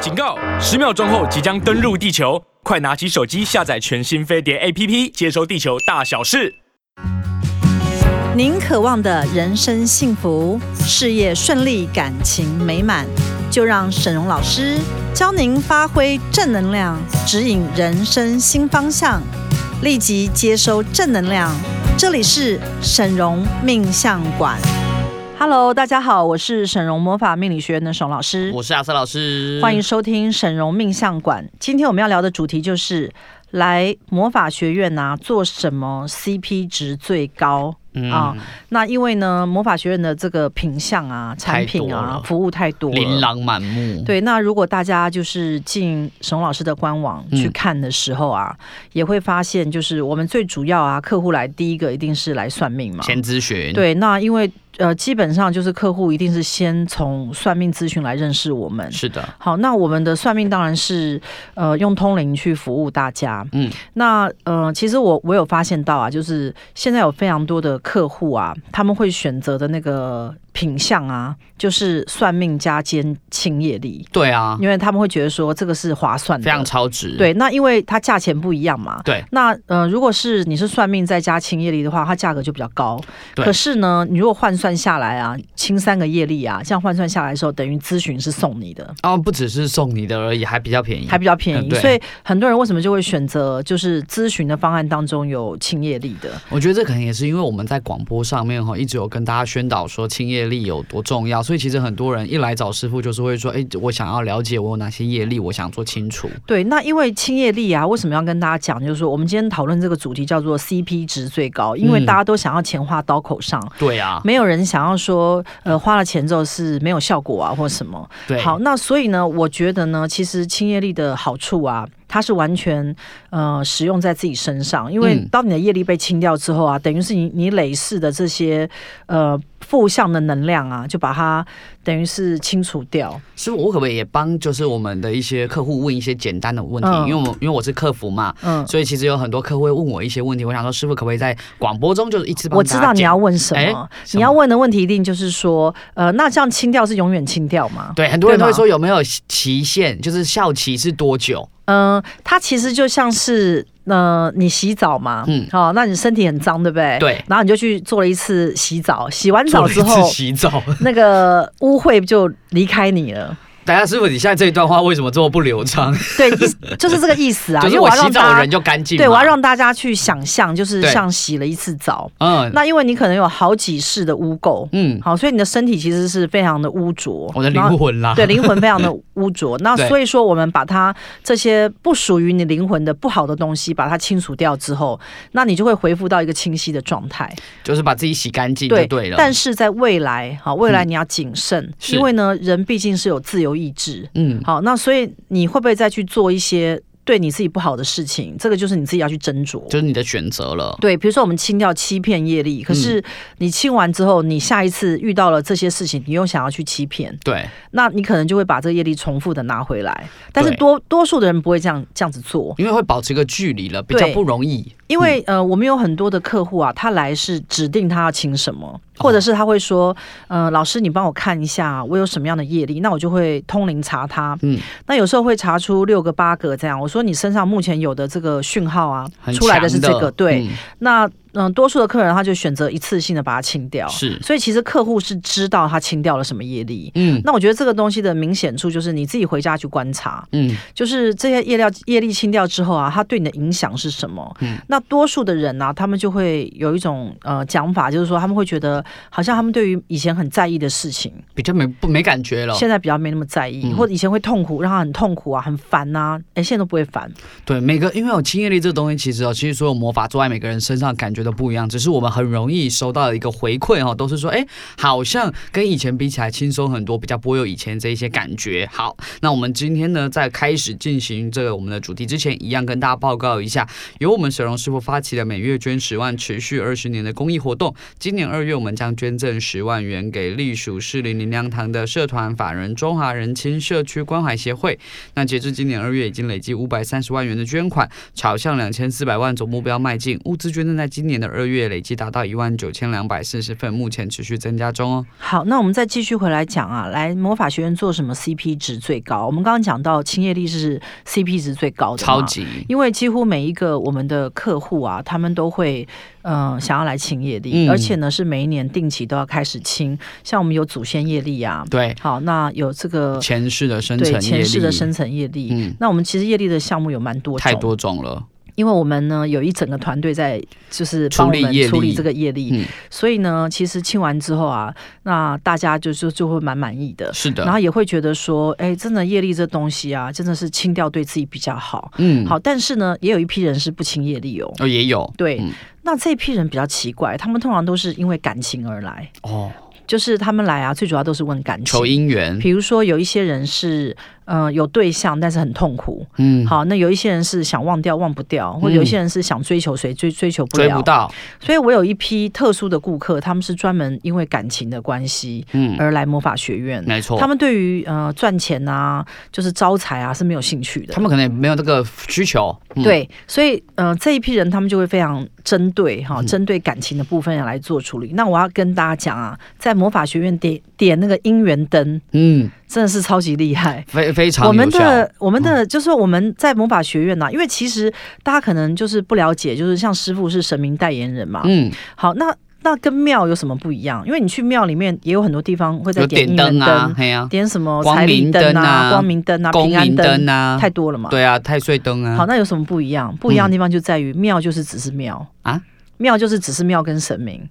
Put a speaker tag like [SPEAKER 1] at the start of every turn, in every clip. [SPEAKER 1] 警告！十秒钟后即将登陆地球，快拿起手机下载全新飞碟 APP，接收地球大小事。
[SPEAKER 2] 您渴望的人生幸福、事业顺利、感情美满，就让沈荣老师教您发挥正能量，指引人生新方向，立即接收正能量。这里是沈荣命相馆。Hello，大家好，我是沈荣魔法命理学院的沈老师，
[SPEAKER 3] 我是阿瑟老师，
[SPEAKER 2] 欢迎收听沈荣命相馆。今天我们要聊的主题就是来魔法学院呐、做什么 CP 值最高？
[SPEAKER 3] 嗯
[SPEAKER 2] 啊那因为呢，魔法学院的这个品相啊、产品
[SPEAKER 3] 太多
[SPEAKER 2] 啊
[SPEAKER 3] 了、
[SPEAKER 2] 服务太多
[SPEAKER 3] 琳
[SPEAKER 2] 了。
[SPEAKER 3] 琅满目，，
[SPEAKER 2] 对，那如果大家就是进沈老师的官网去
[SPEAKER 3] 嗯
[SPEAKER 2] 看的时候啊，也会发现，就是我们最主要啊，客户来第一个一定是来算命嘛。
[SPEAKER 3] 先咨询，，
[SPEAKER 2] 对，那因为呃，基本上就是客户一定是先从算命咨询来认识我们。
[SPEAKER 3] 是的，
[SPEAKER 2] 好，那我们的算命当然是呃用通灵去服务大家。
[SPEAKER 3] 嗯，
[SPEAKER 2] 那呃，其实我我有发现到啊，就是现在有非常多的客户啊，他们会选择的那个品相啊，就是算命加兼清业力，
[SPEAKER 3] 对啊，
[SPEAKER 2] 因为他们会觉得说这个是划算的，
[SPEAKER 3] 非常超值，，
[SPEAKER 2] 对。那因为它价钱不一样嘛。
[SPEAKER 3] 对，
[SPEAKER 2] 那呃，如果是你是算命再加清业力的话，它价格就比较高。
[SPEAKER 3] 对
[SPEAKER 2] 可是呢，你如果换算下来啊，清三个业力啊，这样换算下来的时候，等于咨询是送你的。
[SPEAKER 3] 哦，不只是送你的而已，还比较便宜，
[SPEAKER 2] 还比较便宜，
[SPEAKER 3] 嗯对
[SPEAKER 2] 所以很多人为什么就会选择就是咨询的方案当中有清业力的？
[SPEAKER 3] 我觉得这可能也是因为我们在广播上面哈，一直有跟大家宣导说清业力有多重要，所以其实很多人一来找师傅就是会说，哎，我想要了解我有哪些业力，我想做清楚，
[SPEAKER 2] 对，那因为清业力啊，为什么要跟大家讲？就是说我们今天讨论这个主题叫做 CP 值最高，因为
[SPEAKER 3] 嗯
[SPEAKER 2] 大家都想要钱花刀口上，
[SPEAKER 3] 对啊，
[SPEAKER 2] 没有人想要说呃花了钱之后是没有效果啊或什么。
[SPEAKER 3] 对，
[SPEAKER 2] 好，，那所以呢，我觉得呢，其实清业力的好处啊，它是完全呃使用在自己身上，因为
[SPEAKER 3] 嗯
[SPEAKER 2] 当你的业力被清掉之后啊，等于是你你累世的这些呃负向的能量啊，就把它等于是清除掉。
[SPEAKER 3] 师傅，我可不可以也帮就是我们的一些客户问一些简单的问题？
[SPEAKER 2] 嗯
[SPEAKER 3] 因为我因为我是客服嘛，
[SPEAKER 2] 嗯，
[SPEAKER 3] 所以其实有很多客户会问我一些问题，我想说师傅可不可以在广播中就是一次帮
[SPEAKER 2] 我知
[SPEAKER 3] 大家
[SPEAKER 2] 道你
[SPEAKER 3] 讲
[SPEAKER 2] 要问什
[SPEAKER 3] 哎
[SPEAKER 2] 么，
[SPEAKER 3] 什
[SPEAKER 2] 你要
[SPEAKER 3] 么
[SPEAKER 2] 问的问题一定就是说，呃，那这样清掉是永远清掉吗？
[SPEAKER 3] 对很多人
[SPEAKER 2] 对
[SPEAKER 3] 都
[SPEAKER 2] 吗
[SPEAKER 3] 会说有没有期限，就是效期是多久？
[SPEAKER 2] 嗯、它其实就像是。呃，你洗澡嘛，嗯
[SPEAKER 3] 嗯，
[SPEAKER 2] 好、那你身体很脏，对不对？
[SPEAKER 3] 对
[SPEAKER 2] 然后你就去做了一次洗澡，洗完
[SPEAKER 3] 做
[SPEAKER 2] 澡
[SPEAKER 3] 了一
[SPEAKER 2] 之
[SPEAKER 3] 次
[SPEAKER 2] 后，
[SPEAKER 3] 洗澡。
[SPEAKER 2] 那个污秽就离开你了。
[SPEAKER 3] 等一下师傅，你现在这一段话为什么这么不流畅？
[SPEAKER 2] 对，意 思就是这个意思啊。
[SPEAKER 3] 就
[SPEAKER 2] 因
[SPEAKER 3] 是
[SPEAKER 2] 为
[SPEAKER 3] 我
[SPEAKER 2] 要
[SPEAKER 3] 洗
[SPEAKER 2] 让
[SPEAKER 3] 澡
[SPEAKER 2] 大
[SPEAKER 3] 人
[SPEAKER 2] 家
[SPEAKER 3] 就干净嘛。
[SPEAKER 2] 对，我要让大家去想象，就是
[SPEAKER 3] 对
[SPEAKER 2] 像洗了一次澡。
[SPEAKER 3] 嗯
[SPEAKER 2] 那因为你可能有好几世的污垢，
[SPEAKER 3] 嗯，
[SPEAKER 2] 好，所以你的身体其实是非常的污浊。
[SPEAKER 3] 我的灵
[SPEAKER 2] 然后
[SPEAKER 3] 魂啦。
[SPEAKER 2] 对灵魂非常的污 浊，那
[SPEAKER 3] 对
[SPEAKER 2] 所以说我们把它这些不属于你灵魂的不好的东西，把它清除掉之后，那你就会恢复到一个清晰的状态。
[SPEAKER 3] 就是把自己洗干净就对了。嗯
[SPEAKER 2] 但是在未来，好，未来你要谨慎，
[SPEAKER 3] 是
[SPEAKER 2] 因为呢，人毕竟是有自由意志，
[SPEAKER 3] 嗯，
[SPEAKER 2] 好，那所以你会不会再去做一些对你自己不好的事情？这个就是你自己要去斟酌。
[SPEAKER 3] 就是你的选择了。
[SPEAKER 2] 对，比如说我们清掉欺骗业力，可是你清完之后，你下一次遇到了这些事情，你又想要去欺骗，
[SPEAKER 3] 对，
[SPEAKER 2] 那你可能就会把这个业力重复的拿回来。但是
[SPEAKER 3] 对
[SPEAKER 2] 多多数的人不会这样这样子做，
[SPEAKER 3] 因为会保持一个距离了，比较
[SPEAKER 2] 对
[SPEAKER 3] 不容易。
[SPEAKER 2] 因为、呃，我们有很多的客户啊，他来是指定他要清什
[SPEAKER 3] 哦
[SPEAKER 2] 么，或者是他会说，呃，老师你帮我看一下啊我有什么样的业力，那我就会通灵查他。
[SPEAKER 3] 嗯，
[SPEAKER 2] 那有时候会查出六个八个这样。我说你身上目前有的这个讯号啊
[SPEAKER 3] 很，
[SPEAKER 2] 出来的是
[SPEAKER 3] 强
[SPEAKER 2] 这个，对。
[SPEAKER 3] 嗯
[SPEAKER 2] 那嗯、多数的客人他就选择一次性的把它清掉，
[SPEAKER 3] 是，
[SPEAKER 2] 所以其实客户是知道他清掉了什么业力。
[SPEAKER 3] 嗯
[SPEAKER 2] 那我觉得这个东西的明显处就是你自己回家去观察，
[SPEAKER 3] 嗯，
[SPEAKER 2] 就是这些业料业力清掉之后啊，它对你的影响是什么？
[SPEAKER 3] 嗯
[SPEAKER 2] 那多数的人呢、啊他们就会有一种呃讲法，就是说他们会觉得好像他们对于以前很在意的事情，
[SPEAKER 3] 比较没不没感觉了。
[SPEAKER 2] 现在比较没那么在意，
[SPEAKER 3] 哦嗯
[SPEAKER 2] 或者以前会痛苦，让他很痛苦啊，很烦呐、哎，现在都不会烦。
[SPEAKER 3] 对，每个因为有亲业力这个东西，其实哦，其实所有魔法做在每个人身上感觉都不一样，只是我们很容易收到的一个回馈哦，都是说，哎，好像跟以前比起来轻松很多，比较不会有以前这一些感觉。好，那我们今天呢，在开始进行这个我们的主题之前，一样跟大家报告一下，由我们沈荣师傅发起的每月捐十万、持续二十年的公益活动，今年二月我们将捐赠十万元给隶属士林林良堂的社团法人中华人亲社区关怀协会。那截至今年二月，已经累计五百三十万元的捐款，朝向两千四百万总目标迈进。物资捐赠在今年年的二月累计达到一万九千两百四十份，目前持续增加中哦。
[SPEAKER 2] 好，那我们再继续回来讲啊，来魔法学院做什么 CP 值最高？我们刚刚讲到青叶力是 CP 值最高的，
[SPEAKER 3] 超。级，
[SPEAKER 2] 因为几乎每一个我们的客户啊，他们都会嗯、呃想要来清业力，
[SPEAKER 3] 嗯
[SPEAKER 2] 而且呢是每一年定期都要开始清。像我们有祖先业力啊，
[SPEAKER 3] 对
[SPEAKER 2] 好，那有这个
[SPEAKER 3] 前世的生成业
[SPEAKER 2] 对
[SPEAKER 3] 力，
[SPEAKER 2] 前世的生成业力。
[SPEAKER 3] 嗯，
[SPEAKER 2] 那我们其实业力的项目有蛮多种，
[SPEAKER 3] 太多种了，
[SPEAKER 2] 因为我们呢有一整个团队在就是帮我
[SPEAKER 3] 处
[SPEAKER 2] 们
[SPEAKER 3] 理业力
[SPEAKER 2] 处理这个业力，
[SPEAKER 3] 嗯，
[SPEAKER 2] 所以呢，其实清完之后啊，那大家就就就会蛮满意的。
[SPEAKER 3] 是
[SPEAKER 2] 然
[SPEAKER 3] 的，
[SPEAKER 2] 后也会觉得说，哎，真的业力这东西啊，真的是清掉对自己比较好。
[SPEAKER 3] 嗯，
[SPEAKER 2] 好，但是呢，也有一批人是不清业力哦。
[SPEAKER 3] 哦，也有，
[SPEAKER 2] 对，
[SPEAKER 3] 嗯
[SPEAKER 2] 那这批人比较奇怪，他们通常都是因为感情而来，
[SPEAKER 3] 哦，
[SPEAKER 2] 就是他们来啊，最主要都是问感
[SPEAKER 3] 求
[SPEAKER 2] 情。
[SPEAKER 3] 姻缘，
[SPEAKER 2] 比如说有一些人是，呃，有对象但是很痛苦。
[SPEAKER 3] 嗯，
[SPEAKER 2] 好，那有一些人是想忘掉忘不掉，或者有一些人是想追求谁追追求不
[SPEAKER 3] 追
[SPEAKER 2] 了。
[SPEAKER 3] 不到，
[SPEAKER 2] 所以我有一批特殊的顾客，他们是专门因为感情的关系
[SPEAKER 3] 嗯，
[SPEAKER 2] 而来魔法学院。
[SPEAKER 3] 没错，
[SPEAKER 2] 呃他们对于呃赚钱啊，就是招财啊是没有兴趣的
[SPEAKER 3] 他。们可能也没有这个需求，嗯，
[SPEAKER 2] 对，所以呃这一批人他们就会非常针对哈，
[SPEAKER 3] 嗯
[SPEAKER 2] 针对感情的部分来做处理。那我要跟大家讲啊，在魔法学院点点那个姻缘灯，
[SPEAKER 3] 嗯，
[SPEAKER 2] 真的是超级厉害。
[SPEAKER 3] 非非常
[SPEAKER 2] 我们
[SPEAKER 3] 有嗯效
[SPEAKER 2] 的我们的就是我们在魔法学院呐、因为其实大家可能就是不了解，就是像师傅是神明代言人嘛，
[SPEAKER 3] 嗯，
[SPEAKER 2] 好，那那跟庙有什么不一有什么不一样？因为你去庙里面也有很多地方会在
[SPEAKER 3] 有
[SPEAKER 2] 点
[SPEAKER 3] 点
[SPEAKER 2] 姻缘
[SPEAKER 3] 灯啊，
[SPEAKER 2] 灯，
[SPEAKER 3] 嘿呀，
[SPEAKER 2] 点什么
[SPEAKER 3] 光
[SPEAKER 2] 财力
[SPEAKER 3] 明
[SPEAKER 2] 灯
[SPEAKER 3] 灯
[SPEAKER 2] 啊、
[SPEAKER 3] 啊
[SPEAKER 2] 光明灯啊、
[SPEAKER 3] 光
[SPEAKER 2] 平安
[SPEAKER 3] 明
[SPEAKER 2] 灯
[SPEAKER 3] 灯啊，
[SPEAKER 2] 太多了嘛。
[SPEAKER 3] 对啊，太岁灯啊，
[SPEAKER 2] 好，那有什么不一样？不一样的地方就在于庙就是只是庙
[SPEAKER 3] 啊，
[SPEAKER 2] 庙就是只是庙跟神明，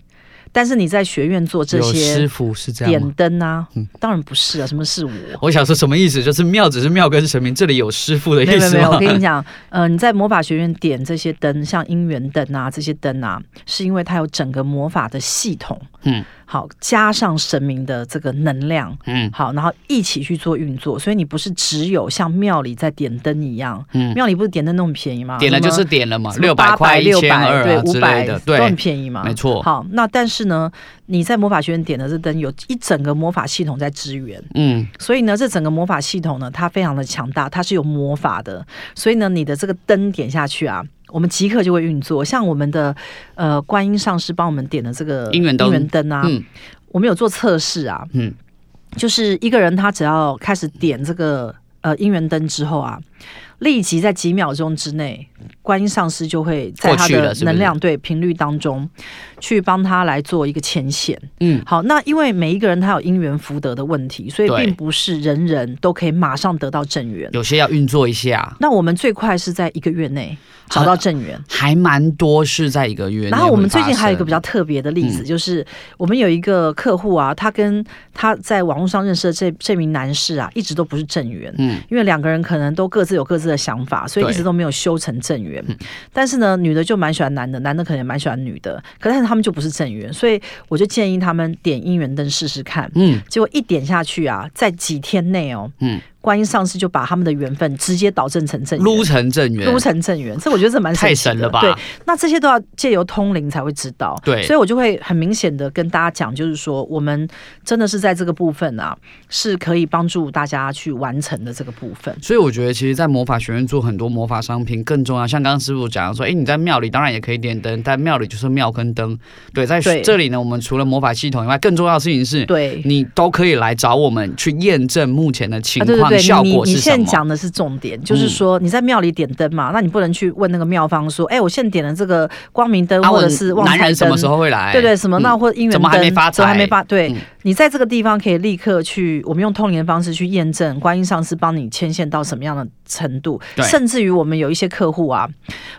[SPEAKER 2] 但是你在学院做这
[SPEAKER 3] 有师
[SPEAKER 2] 些
[SPEAKER 3] 傅是这样
[SPEAKER 2] 点
[SPEAKER 3] 吗？
[SPEAKER 2] 灯啊
[SPEAKER 3] 嗯，
[SPEAKER 2] 当然不是啊，什么是我？
[SPEAKER 3] 我想说什么意思？就是庙只是庙跟神明，这里有师傅的
[SPEAKER 2] 没有
[SPEAKER 3] 意
[SPEAKER 2] 没有
[SPEAKER 3] 思
[SPEAKER 2] 没有，
[SPEAKER 3] 吗
[SPEAKER 2] 我？跟你讲，呃，你在魔法学院点这些灯，像姻缘灯啊，这些灯啊，是因为它有整个魔法的系统，
[SPEAKER 3] 嗯，
[SPEAKER 2] 好，加上神明的这个能量，
[SPEAKER 3] 嗯
[SPEAKER 2] 好，然后一起去做运作，所以你不是只有像庙里在点灯一样，
[SPEAKER 3] 嗯
[SPEAKER 2] 庙里不是点灯那么便宜吗？
[SPEAKER 3] 点了就
[SPEAKER 2] 什
[SPEAKER 3] 是
[SPEAKER 2] 么
[SPEAKER 3] 点了嘛，
[SPEAKER 2] 什么
[SPEAKER 3] 啊六百块、一
[SPEAKER 2] 800
[SPEAKER 3] 千二
[SPEAKER 2] 对
[SPEAKER 3] 啊之
[SPEAKER 2] 五
[SPEAKER 3] 类
[SPEAKER 2] 百
[SPEAKER 3] 的，
[SPEAKER 2] 都很
[SPEAKER 3] 对，
[SPEAKER 2] 便宜嘛，
[SPEAKER 3] 没错
[SPEAKER 2] 好，那但是呢，你在魔法学院点的这灯有一整个魔法系统在支援，
[SPEAKER 3] 嗯，
[SPEAKER 2] 所以呢，这整个魔法系统呢，它非常的强大，它是有魔法的。所以呢，你的这个灯点下去啊，我们即刻就会运作。像我们的呃观音上师帮我们点的这个
[SPEAKER 3] 姻缘灯
[SPEAKER 2] 啊，
[SPEAKER 3] 嗯
[SPEAKER 2] 我们有做测试啊，
[SPEAKER 3] 嗯，
[SPEAKER 2] 就是一个人他只要开始点这个呃姻缘灯之后啊，立即在几秒钟之内，观音上师就会在他
[SPEAKER 3] 过去
[SPEAKER 2] 的
[SPEAKER 3] 了是不是
[SPEAKER 2] 能量对频率当中去帮他来做一个牵线。
[SPEAKER 3] 嗯，
[SPEAKER 2] 好，那因为每一个人他有因缘福德的问题，所以
[SPEAKER 3] 对
[SPEAKER 2] 并不是人人都可以马上得到正缘。
[SPEAKER 3] 有些要运作一下，
[SPEAKER 2] 那我们最快是在一个月内找到正缘。
[SPEAKER 3] 还蛮多是在一个月内会发
[SPEAKER 2] 然
[SPEAKER 3] 生。
[SPEAKER 2] 后我们最近还有一个比较特别的例子，
[SPEAKER 3] 嗯
[SPEAKER 2] 就是我们有一个客户啊，他跟他在网络上认识的这这名男士啊，一直都不是正缘。
[SPEAKER 3] 嗯
[SPEAKER 2] 因为两个人可能都各自有各自的想法，所以
[SPEAKER 3] 对嗯
[SPEAKER 2] 一直都没有修成正缘。但是呢，女的就蛮喜欢男的，男的可能也蛮喜欢女的，可但是他们就不是正缘，所以我就建议他们点姻缘灯试试看。
[SPEAKER 3] 嗯，
[SPEAKER 2] 结果一点下去啊，在几天内哦，
[SPEAKER 3] 嗯
[SPEAKER 2] 观音上师就把他们的缘分直接导正成正缘，
[SPEAKER 3] 撸成正缘
[SPEAKER 2] 呃撸，成正缘。这我觉得这蛮神
[SPEAKER 3] 太
[SPEAKER 2] 奇的
[SPEAKER 3] 神了吧？
[SPEAKER 2] 对，那这些都要借由通灵才会知道。
[SPEAKER 3] 对
[SPEAKER 2] 所以我就会很明显的跟大家讲，就是说我们真的是在这个部分啊，是可以帮助大家去完成的这个部分。
[SPEAKER 3] 所以我觉得，其实，在魔法学院做很多魔法商品更重要。像刚刚师傅讲的说，诶，你在庙里当然也可以点灯，但庙里就是庙跟灯。对，在
[SPEAKER 2] 对
[SPEAKER 3] 这里呢，我们除了魔法系统以外，更重要的事情是，
[SPEAKER 2] 对，
[SPEAKER 3] 你都可以来找我们去验证目前的情
[SPEAKER 2] 啊，对对
[SPEAKER 3] 况、
[SPEAKER 2] 对，
[SPEAKER 3] 效
[SPEAKER 2] 你
[SPEAKER 3] 果
[SPEAKER 2] 你
[SPEAKER 3] 是
[SPEAKER 2] 你
[SPEAKER 3] 什
[SPEAKER 2] 现在
[SPEAKER 3] 么。嗯
[SPEAKER 2] 讲的是重点，就是说你在庙里点灯嘛，那你不能去问那个庙方说，哎，我现在点了这个光明灯
[SPEAKER 3] 啊
[SPEAKER 2] 或
[SPEAKER 3] 我
[SPEAKER 2] 者是旺
[SPEAKER 3] 男
[SPEAKER 2] 财
[SPEAKER 3] 人什
[SPEAKER 2] 灯
[SPEAKER 3] 么。时候会来？
[SPEAKER 2] 对对，什么那
[SPEAKER 3] 嗯
[SPEAKER 2] 或者姻缘灯
[SPEAKER 3] 怎么还没发财
[SPEAKER 2] 怎么还没发？对
[SPEAKER 3] 嗯
[SPEAKER 2] 你在这个地方可以立刻去，我们用通灵的方式去验证观音上师帮你牵线到什么样的程度，
[SPEAKER 3] 对
[SPEAKER 2] 甚至于我们有一些客户啊，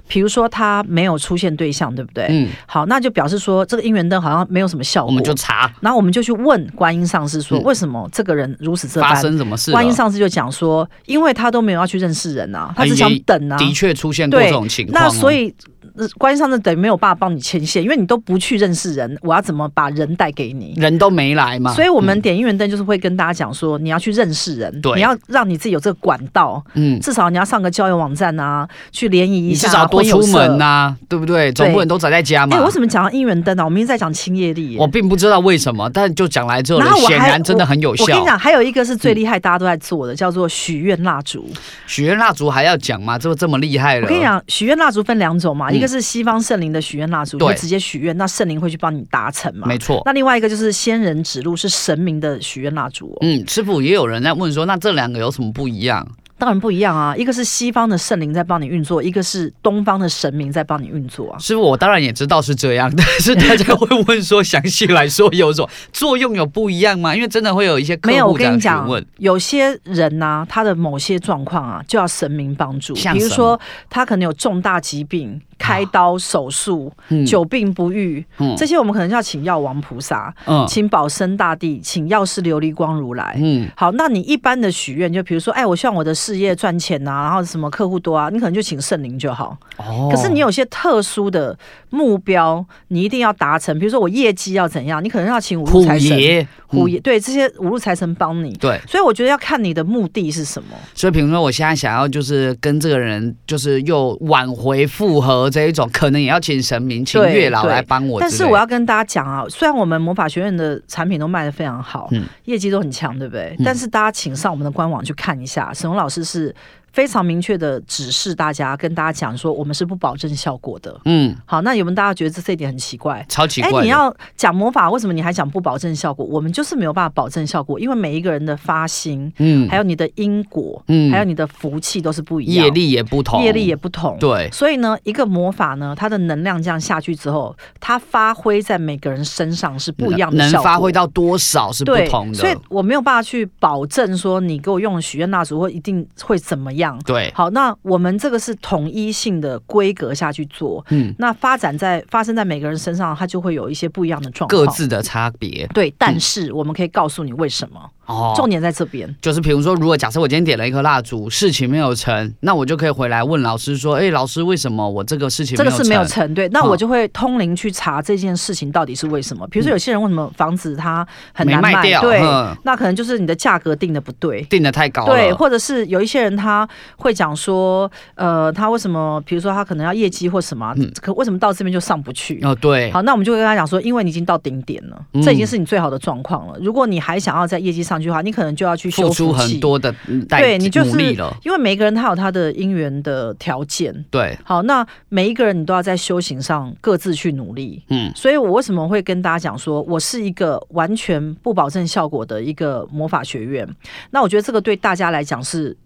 [SPEAKER 2] 比如说他没有出现对象，对不对？
[SPEAKER 3] 嗯，
[SPEAKER 2] 好，那就表示说这个姻缘灯好像没有什么效
[SPEAKER 3] 我
[SPEAKER 2] 果，
[SPEAKER 3] 们就查
[SPEAKER 2] 然后我们就去问观音上师说，
[SPEAKER 3] 嗯
[SPEAKER 2] 为什么这个人如此这
[SPEAKER 3] 发
[SPEAKER 2] 般？
[SPEAKER 3] 生什么事了。
[SPEAKER 2] 观音上次就讲说，因为他都没有要去认识人啊，他只想等啊。
[SPEAKER 3] 的确出现过
[SPEAKER 2] 对
[SPEAKER 3] 这种情况、哦。
[SPEAKER 2] 那所以，呃观音上次等于没有办法帮你牵线，因为你都不去认识人，我要怎么把人带给你？
[SPEAKER 3] 人都没来嘛。
[SPEAKER 2] 所以，我们点姻缘灯就是会跟大家讲说，你要去认识人，
[SPEAKER 3] 对
[SPEAKER 2] 你要让你自己有这个管道，
[SPEAKER 3] 嗯，
[SPEAKER 2] 至少你要上个交友网站啊，去联谊一
[SPEAKER 3] 你
[SPEAKER 2] 下、
[SPEAKER 3] 至
[SPEAKER 2] 啊，
[SPEAKER 3] 少多
[SPEAKER 2] 婚友
[SPEAKER 3] 出
[SPEAKER 2] 社
[SPEAKER 3] 门呐、对不对？总不能都宅在家嘛。
[SPEAKER 2] 哎、我怎么讲到姻缘灯呢？我们一直在讲清业力耶。
[SPEAKER 3] 我并不知道为什么，但就讲来这里
[SPEAKER 2] 然后，我还
[SPEAKER 3] 显然真的很有
[SPEAKER 2] 我跟
[SPEAKER 3] 效
[SPEAKER 2] 你。讲，还有一个是
[SPEAKER 3] 嗯
[SPEAKER 2] 最厉害，大家都在做的，叫做许愿蜡烛。
[SPEAKER 3] 许愿蜡烛还要讲吗？这这么厉害了？嗯
[SPEAKER 2] 我跟你，讲，许愿蜡烛分两种嘛，一个是西方圣灵的许愿蜡烛，你就
[SPEAKER 3] 对
[SPEAKER 2] 直接许愿，那圣灵会去帮你达成嘛。
[SPEAKER 3] 没错。
[SPEAKER 2] 那另外一个就是仙人指路，是神明的许愿蜡烛、哦。
[SPEAKER 3] 嗯，师傅也有人在问说，那这两个有什么不一样？
[SPEAKER 2] 当然不一样啊，一个是西方的圣灵在帮你运作，一个是东方的神明在帮你运作啊。
[SPEAKER 3] 师傅，我当然也知道是这样，但是大家会问说，详细来说有什么作用有不一样吗？因为真的会有一些客
[SPEAKER 2] 没有，我
[SPEAKER 3] 户这
[SPEAKER 2] 跟
[SPEAKER 3] 样
[SPEAKER 2] 你
[SPEAKER 3] 询
[SPEAKER 2] 讲
[SPEAKER 3] 问，，
[SPEAKER 2] 有些人呐、他的某些状况啊，就要神明帮助。
[SPEAKER 3] 像
[SPEAKER 2] 比如
[SPEAKER 3] 什啊
[SPEAKER 2] 说，他可能有重大疾病、开刀、手术、
[SPEAKER 3] 嗯
[SPEAKER 2] 久病不愈，
[SPEAKER 3] 嗯
[SPEAKER 2] 这些我们可能就要请药王菩萨、
[SPEAKER 3] 嗯
[SPEAKER 2] 请保生大帝、请药师琉璃光如来。
[SPEAKER 3] 嗯
[SPEAKER 2] 好，那你一般的许愿，就比如说，哎，我希望我的事业赚钱呐、然后什么客户多啊，你可能就请圣灵就好。
[SPEAKER 3] 哦
[SPEAKER 2] 可是你有些特殊的目标，你一定要达成，比如说我业绩要怎样，你可能要请五路
[SPEAKER 3] 虎
[SPEAKER 2] 财神、
[SPEAKER 3] 爷
[SPEAKER 2] 虎
[SPEAKER 3] 嗯
[SPEAKER 2] 爷，对这些五路财神帮你。
[SPEAKER 3] 对，
[SPEAKER 2] 所以我觉得要看你的目的是什么。
[SPEAKER 3] 所以，比如说，我现在想要就是跟这个人，就是又挽回复合这一种，可能也要请神明、请
[SPEAKER 2] 对
[SPEAKER 3] 月老
[SPEAKER 2] 对
[SPEAKER 3] 来帮我之
[SPEAKER 2] 但
[SPEAKER 3] 类的。
[SPEAKER 2] 是我要跟大家讲啊，虽然我们魔法学院的产品都卖得非常好，
[SPEAKER 3] 嗯
[SPEAKER 2] 业绩都很强，对不对？
[SPEAKER 3] 嗯
[SPEAKER 2] 但是大家请上我们的官网去看一下，沈龙老师是非常明确的指示大家，跟大家讲说，我们是不保证效果的。
[SPEAKER 3] 嗯，
[SPEAKER 2] 好，那有没有大家觉得这这一点很奇怪？
[SPEAKER 3] 超奇
[SPEAKER 2] 哎
[SPEAKER 3] 怪，的。
[SPEAKER 2] 你要讲魔法，为什么你还讲不保证效果？我们就是没有办法保证效果，因为每一个人的发心，
[SPEAKER 3] 嗯，
[SPEAKER 2] 还有你的因果，
[SPEAKER 3] 嗯
[SPEAKER 2] 还有你的福气都是不一样，
[SPEAKER 3] 业力也不同，
[SPEAKER 2] 业力也不同。
[SPEAKER 3] 对，
[SPEAKER 2] 所以呢，一个魔法呢，它的能量这样下去之后，它发挥在每个人身上是不一样的
[SPEAKER 3] 能
[SPEAKER 2] 效果
[SPEAKER 3] 发挥到多少是不
[SPEAKER 2] 对
[SPEAKER 3] 同的。
[SPEAKER 2] 所以我没有办法去保证说你给我用许愿蜡烛或一定会怎么样。
[SPEAKER 3] 对，
[SPEAKER 2] 好，那我们这个是统一性的规格下去做，
[SPEAKER 3] 嗯，
[SPEAKER 2] 那发展在发生在每个人身上，它就会有一些不一样的状况。
[SPEAKER 3] 各自的差别
[SPEAKER 2] 对，但是我们可以告诉你为什么，
[SPEAKER 3] 哦。
[SPEAKER 2] 重点在这边。
[SPEAKER 3] 就是比如说，如果假设我今天点了一颗蜡烛，事情没有成，那我就可以回来问老师说：“哎，老师，为什么我这个事情
[SPEAKER 2] 这个是没有
[SPEAKER 3] 成？
[SPEAKER 2] 成对，那
[SPEAKER 3] 嗯
[SPEAKER 2] 我就会通灵去查这件事情到底是为什么。比如说，有些人为什么房子它很
[SPEAKER 3] 没
[SPEAKER 2] 难卖，
[SPEAKER 3] 卖掉，
[SPEAKER 2] 对，
[SPEAKER 3] 嗯
[SPEAKER 2] 那可能就是你的价格定的不对。
[SPEAKER 3] 定的太高了，哦
[SPEAKER 2] 对，或者是有一些人他会讲说，呃，他为什么，比如说他可能要业绩或什么啊，
[SPEAKER 3] 嗯
[SPEAKER 2] 可为什么到这边就上不去？
[SPEAKER 3] 哦，对，
[SPEAKER 2] 好，那我们就会跟他讲说，因为你已经到顶点了，
[SPEAKER 3] 嗯
[SPEAKER 2] 这已经是你最好的状况了。如果你还想要在业绩上去的话，你可能就要去修
[SPEAKER 3] 付出
[SPEAKER 2] 复器
[SPEAKER 3] 很，多的嗯代
[SPEAKER 2] 对你就是
[SPEAKER 3] 努力了，
[SPEAKER 2] 因为每个人他有他的因缘的条件。
[SPEAKER 3] 对，
[SPEAKER 2] 好，那每一个人你都要在修行上各自去努力。
[SPEAKER 3] 嗯，
[SPEAKER 2] 所以我为什么会跟大家讲说，我是一个完全不保证效果的一个魔法学院？那我觉得这个对大家来讲是。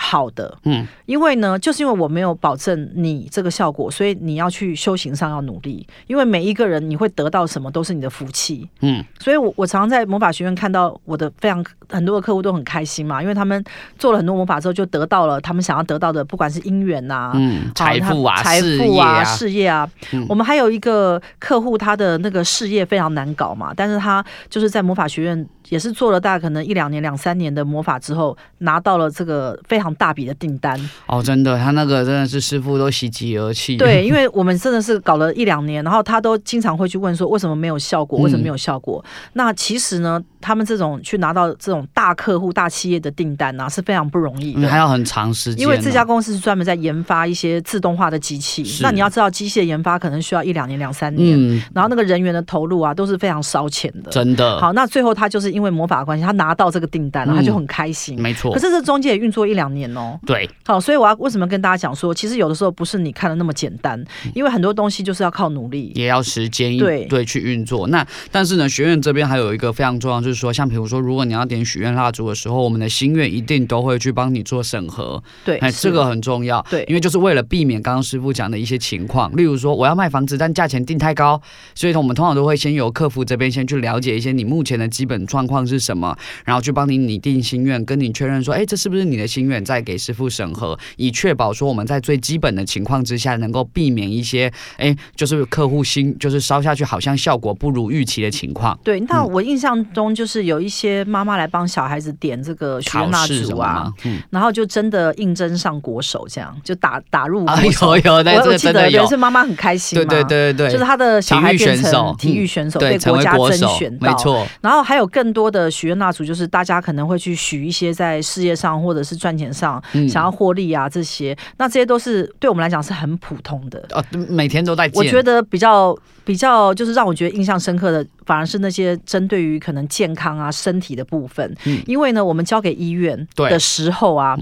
[SPEAKER 2] 好的，
[SPEAKER 3] 嗯，
[SPEAKER 2] 因为呢，就是因为我没有保证你这个效果，所以你要去修行上要努力。因为每一个人你会得到什么都是你的福气，
[SPEAKER 3] 嗯，
[SPEAKER 2] 所以我我常常在魔法学院看到我的非常很多的客户都很开心嘛，因为他们做了很多魔法之后就得到了他们想要得到的，不管是姻缘呐、
[SPEAKER 3] 嗯，
[SPEAKER 2] 啊好
[SPEAKER 3] 财富
[SPEAKER 2] 他
[SPEAKER 3] 啊，
[SPEAKER 2] 财
[SPEAKER 3] 事
[SPEAKER 2] 富
[SPEAKER 3] 业啊，
[SPEAKER 2] 事业啊。
[SPEAKER 3] 嗯
[SPEAKER 2] 我们还有一个客户，他的那个事业非常难搞嘛，但是他就是在魔法学院也是做了大概可能一两年、两三年的魔法之后，拿到了这个非常大笔的订单。
[SPEAKER 3] 哦，真的，他那个真的是师傅都喜极而泣。
[SPEAKER 2] 对，，因为我们真的是搞了一两年，然后他都经常会去问说为什么没有效果，
[SPEAKER 3] 嗯
[SPEAKER 2] 为什么没有效果？那其实呢，他们这种去拿到这种大客户、大企业的订单呢、是非常不容易
[SPEAKER 3] 因为嗯还
[SPEAKER 2] 的。
[SPEAKER 3] 要很长时间呢，
[SPEAKER 2] 因为这家公司是专门在研发一些自动化的机器，
[SPEAKER 3] 是
[SPEAKER 2] 那你要知道，机械研发可能需要一两年、两三年，
[SPEAKER 3] 嗯，
[SPEAKER 2] 然后那个人员的投入啊，都是非常烧钱的。
[SPEAKER 3] 真的
[SPEAKER 2] 好，那最后他就是因为魔法的关系，他拿到这个订单了，
[SPEAKER 3] 嗯
[SPEAKER 2] 他就很开心。
[SPEAKER 3] 没错
[SPEAKER 2] 可，是这中间也运作一两年哦。
[SPEAKER 3] 对，
[SPEAKER 2] 好，所以我要为什么跟大家讲说，其实有的时候不是你看的那么简单，因为很多东西就是要靠努力。
[SPEAKER 3] 嗯也要时间
[SPEAKER 2] 对
[SPEAKER 3] 对去运作。那但是呢，学院这边还有一个非常重要，就是说，像比如说，如果你要点许愿蜡烛的时候，我们的心愿一定都会去帮你做审核，
[SPEAKER 2] 对，
[SPEAKER 3] 哎，
[SPEAKER 2] 是
[SPEAKER 3] 这个很重要。
[SPEAKER 2] 对
[SPEAKER 3] 因为就是为了避免刚刚师傅讲的一些情况，例如说我要卖房子，但价钱定太高，所以我们通常都会先由客服这边先去了解一些你目前的基本状况是什么，然后去帮你拟定心愿，跟你确认说，哎，这是不是你的心愿，再给师傅审核，以确保说我们在最基本的情况之下，能够避免一些，哎，就是客户心就是烧下去，好像效果不如预期的情况。
[SPEAKER 2] 对。那
[SPEAKER 3] 嗯
[SPEAKER 2] 我印象中就是有一些妈妈来帮小孩子点这个许愿
[SPEAKER 3] 考
[SPEAKER 2] 蜡
[SPEAKER 3] 试什
[SPEAKER 2] 烛
[SPEAKER 3] 么
[SPEAKER 2] 啊
[SPEAKER 3] 吗，？ 嗯，
[SPEAKER 2] 然后就真的应征上国手，这样就打打入国
[SPEAKER 3] 啊
[SPEAKER 2] 手。
[SPEAKER 3] 有有，那
[SPEAKER 2] 我
[SPEAKER 3] 这
[SPEAKER 2] 我
[SPEAKER 3] 个
[SPEAKER 2] 记
[SPEAKER 3] 真
[SPEAKER 2] 得
[SPEAKER 3] 的
[SPEAKER 2] 有
[SPEAKER 3] 有
[SPEAKER 2] 一，次妈妈很开心
[SPEAKER 3] 对
[SPEAKER 2] 嘛，
[SPEAKER 3] 对对对，
[SPEAKER 2] 就是她的小孩
[SPEAKER 3] 体育
[SPEAKER 2] 变
[SPEAKER 3] 选
[SPEAKER 2] 成
[SPEAKER 3] 手
[SPEAKER 2] 体育
[SPEAKER 3] 嗯
[SPEAKER 2] 选手，
[SPEAKER 3] 对，
[SPEAKER 2] 被
[SPEAKER 3] 成
[SPEAKER 2] 国
[SPEAKER 3] 为
[SPEAKER 2] 家
[SPEAKER 3] 国
[SPEAKER 2] 甄
[SPEAKER 3] 手，
[SPEAKER 2] 选到
[SPEAKER 3] 没。错，
[SPEAKER 2] 然后还有更多的许愿蜡烛，就是大家可能会去许一些在事业上或者是赚钱上、
[SPEAKER 3] 嗯
[SPEAKER 2] 想要获利啊这些，那这些都是对我们来讲是很普通的。
[SPEAKER 3] 哦，每天都在见。
[SPEAKER 2] 我觉得比较比较就是让我觉得印象深刻的反而是那些针对于可能健康啊、身体的部分。
[SPEAKER 3] 嗯
[SPEAKER 2] 因为呢，我们交给医院
[SPEAKER 3] 对嗯
[SPEAKER 2] 的时候啊，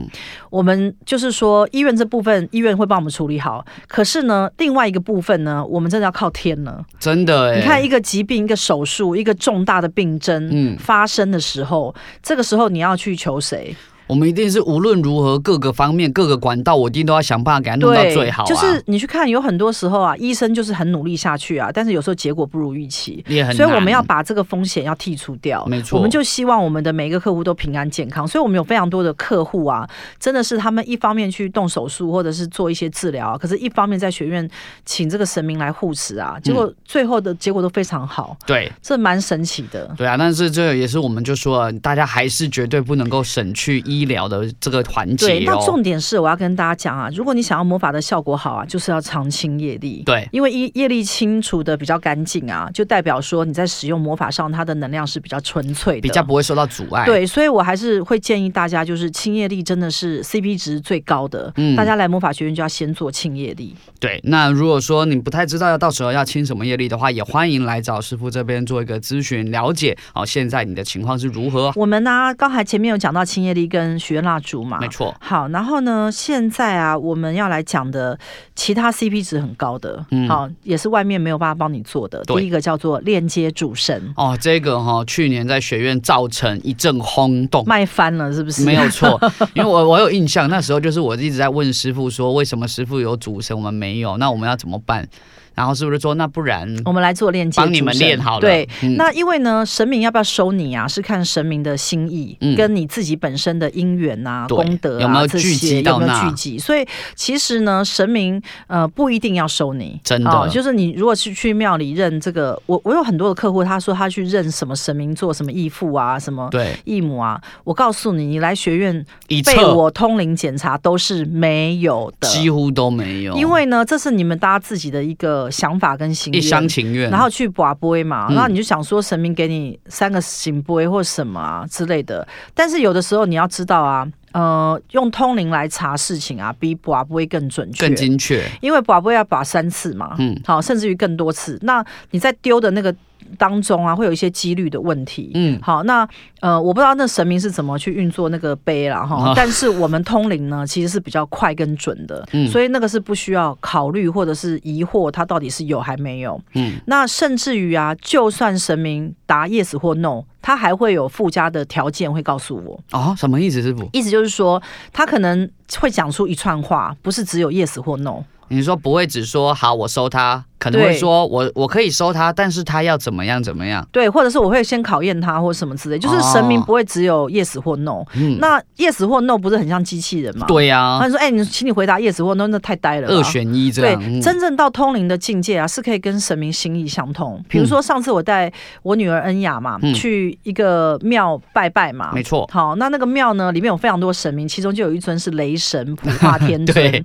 [SPEAKER 2] 我们就是说医院这部分，医院会帮我们处理好。可是呢，另外一个部分呢，我们真的要靠天了。
[SPEAKER 3] 真的哎，
[SPEAKER 2] 你看，一个疾病、一个手术、一个重大的病症、
[SPEAKER 3] 嗯
[SPEAKER 2] 发生的时候，这个时候你要去求谁？
[SPEAKER 3] 我们一定是无论如何各个方面各个管道，我一定都要想办法给它弄到最好、啊，
[SPEAKER 2] 就是你去看，有很多时候啊，医生就是很努力下去啊，但是有时候结果不如预期。
[SPEAKER 3] 也很难，
[SPEAKER 2] 所以我们要把这个风险要剔除掉，
[SPEAKER 3] 没错
[SPEAKER 2] 我们就希望我们的每一个客户都平安健康。所以我们有非常多的客户啊，真的是他们一方面去动手术或者是做一些治疗啊，可是一方面在学院请这个神明来护持
[SPEAKER 3] 嗯
[SPEAKER 2] 啊，结果最后的结果都非常好，
[SPEAKER 3] 对。
[SPEAKER 2] 这蛮神奇的。
[SPEAKER 3] 对啊，但是这也是我们就说了，大家还是绝对不能够省去医疗的这个环节
[SPEAKER 2] 对，那
[SPEAKER 3] 哦。
[SPEAKER 2] 重点是我要跟大家讲啊，如果你想要魔法的效果好啊，就是要常清业力。
[SPEAKER 3] 对
[SPEAKER 2] 因为业业力清除的比较干净啊，就代表说你在使用魔法上，它的能量是比较纯粹的，
[SPEAKER 3] 比较不会受到阻碍。，
[SPEAKER 2] 对，所以我还是会建议大家，就是清业力真的是 CP 值最高的，
[SPEAKER 3] 嗯
[SPEAKER 2] 大家来魔法学院就要先做清业力。
[SPEAKER 3] 对，那如果说你不太知道要到时候要清什么业力的话，也欢迎来找师傅这边做一个咨询，了解哦现在你的情况是如何。
[SPEAKER 2] 我们呢、刚才前面有讲到清业力跟许愿蜡烛嘛，
[SPEAKER 3] 没。错，
[SPEAKER 2] 好，然后呢，现在啊，我们要来讲的其他 CP 值很高的，
[SPEAKER 3] 嗯
[SPEAKER 2] 好，也是外面没有办法帮你做的。第
[SPEAKER 3] 对
[SPEAKER 2] 一个叫做链接主神，
[SPEAKER 3] 哦，这个哈、去年在学院造成一阵轰动。
[SPEAKER 2] 卖翻了是不是？
[SPEAKER 3] 没有 错，因为我我有印象，那时候就是我一直在问师傅说，为什么师傅有主神，我们没有，那我们要怎么办？然后师傅就说，那不然
[SPEAKER 2] 我们来做链接，
[SPEAKER 3] 帮你们练好了。
[SPEAKER 2] 对，
[SPEAKER 3] 嗯
[SPEAKER 2] 那因为呢，神明要不要收你啊，是看神明的心意，
[SPEAKER 3] 嗯
[SPEAKER 2] 跟你自己本身的因缘啊、
[SPEAKER 3] 对
[SPEAKER 2] 功德啊
[SPEAKER 3] 有没有
[SPEAKER 2] 这
[SPEAKER 3] 聚集
[SPEAKER 2] 些
[SPEAKER 3] 到
[SPEAKER 2] 有没有
[SPEAKER 3] 那
[SPEAKER 2] 聚集。所以其实呢，神明呃不一定要收你，
[SPEAKER 3] 真的
[SPEAKER 2] 哦就是你如果是去庙里认这个，我我有很多的客户，他说他去认什么神明做什么义父啊，什么。
[SPEAKER 3] 对
[SPEAKER 2] 义母啊，我告诉你，你来学院
[SPEAKER 3] 一
[SPEAKER 2] 被
[SPEAKER 3] 测
[SPEAKER 2] 我通灵检查都是没有的，
[SPEAKER 3] 几乎都没有，
[SPEAKER 2] 因为呢，这是你们大家自己的一个想法跟心
[SPEAKER 3] 一
[SPEAKER 2] 愿。
[SPEAKER 3] 厢情愿，
[SPEAKER 2] 然后去卜杯嘛，
[SPEAKER 3] 嗯
[SPEAKER 2] 然后你就想说神明给你三个行杯或什么啊之类的，但是有的时候你要知道啊，呃，用通灵来查事情啊，比卜杯更准确
[SPEAKER 3] 更。精确，
[SPEAKER 2] 因为卜杯要卜三次嘛，
[SPEAKER 3] 嗯
[SPEAKER 2] 好，甚至于更多次。那你在丢的那个当中啊，会有一些几率的问题。
[SPEAKER 3] 嗯，
[SPEAKER 2] 好，那呃，我不知道那神明是怎么去运作那个杯啦哈，
[SPEAKER 3] 啊
[SPEAKER 2] 但是我们通灵呢，其实是比较快跟准的，
[SPEAKER 3] 嗯
[SPEAKER 2] 所以那个是不需要考虑或者是疑惑它到底是有还没有。
[SPEAKER 3] 嗯，
[SPEAKER 2] 那甚至于啊，就算神明答 yes 或 no，他还会有附加的条件会告诉我，
[SPEAKER 3] 哦，什么意思，师傅？
[SPEAKER 2] 意思就是说他可能会讲出一串话，不是只有 yes 或 no。
[SPEAKER 3] 你说不会只说好我收他，可能
[SPEAKER 2] 对
[SPEAKER 3] 会说我我可以收他，但是他要怎么样怎么样？
[SPEAKER 2] 对，或者是我会先考验他或什么之类，就是神明不会只有 yes 或 no、
[SPEAKER 3] 哦嗯，
[SPEAKER 2] 那 yes 或 no 不是很像机器人吗？
[SPEAKER 3] 对呀、
[SPEAKER 2] 他说：“哎、你请你回答 yes 或 no，那太呆了吧。”
[SPEAKER 3] 啊二选一这
[SPEAKER 2] 对
[SPEAKER 3] 样，，嗯
[SPEAKER 2] 真正到通灵的境界啊，是可以跟神明心意相通。比如说上次我带我女儿恩雅嘛，
[SPEAKER 3] 嗯
[SPEAKER 2] 去一个庙拜拜嘛，
[SPEAKER 3] 没错，
[SPEAKER 2] 好，那那个庙呢，里面有非常多神明，其中就有一尊是雷神普化天尊
[SPEAKER 3] 对。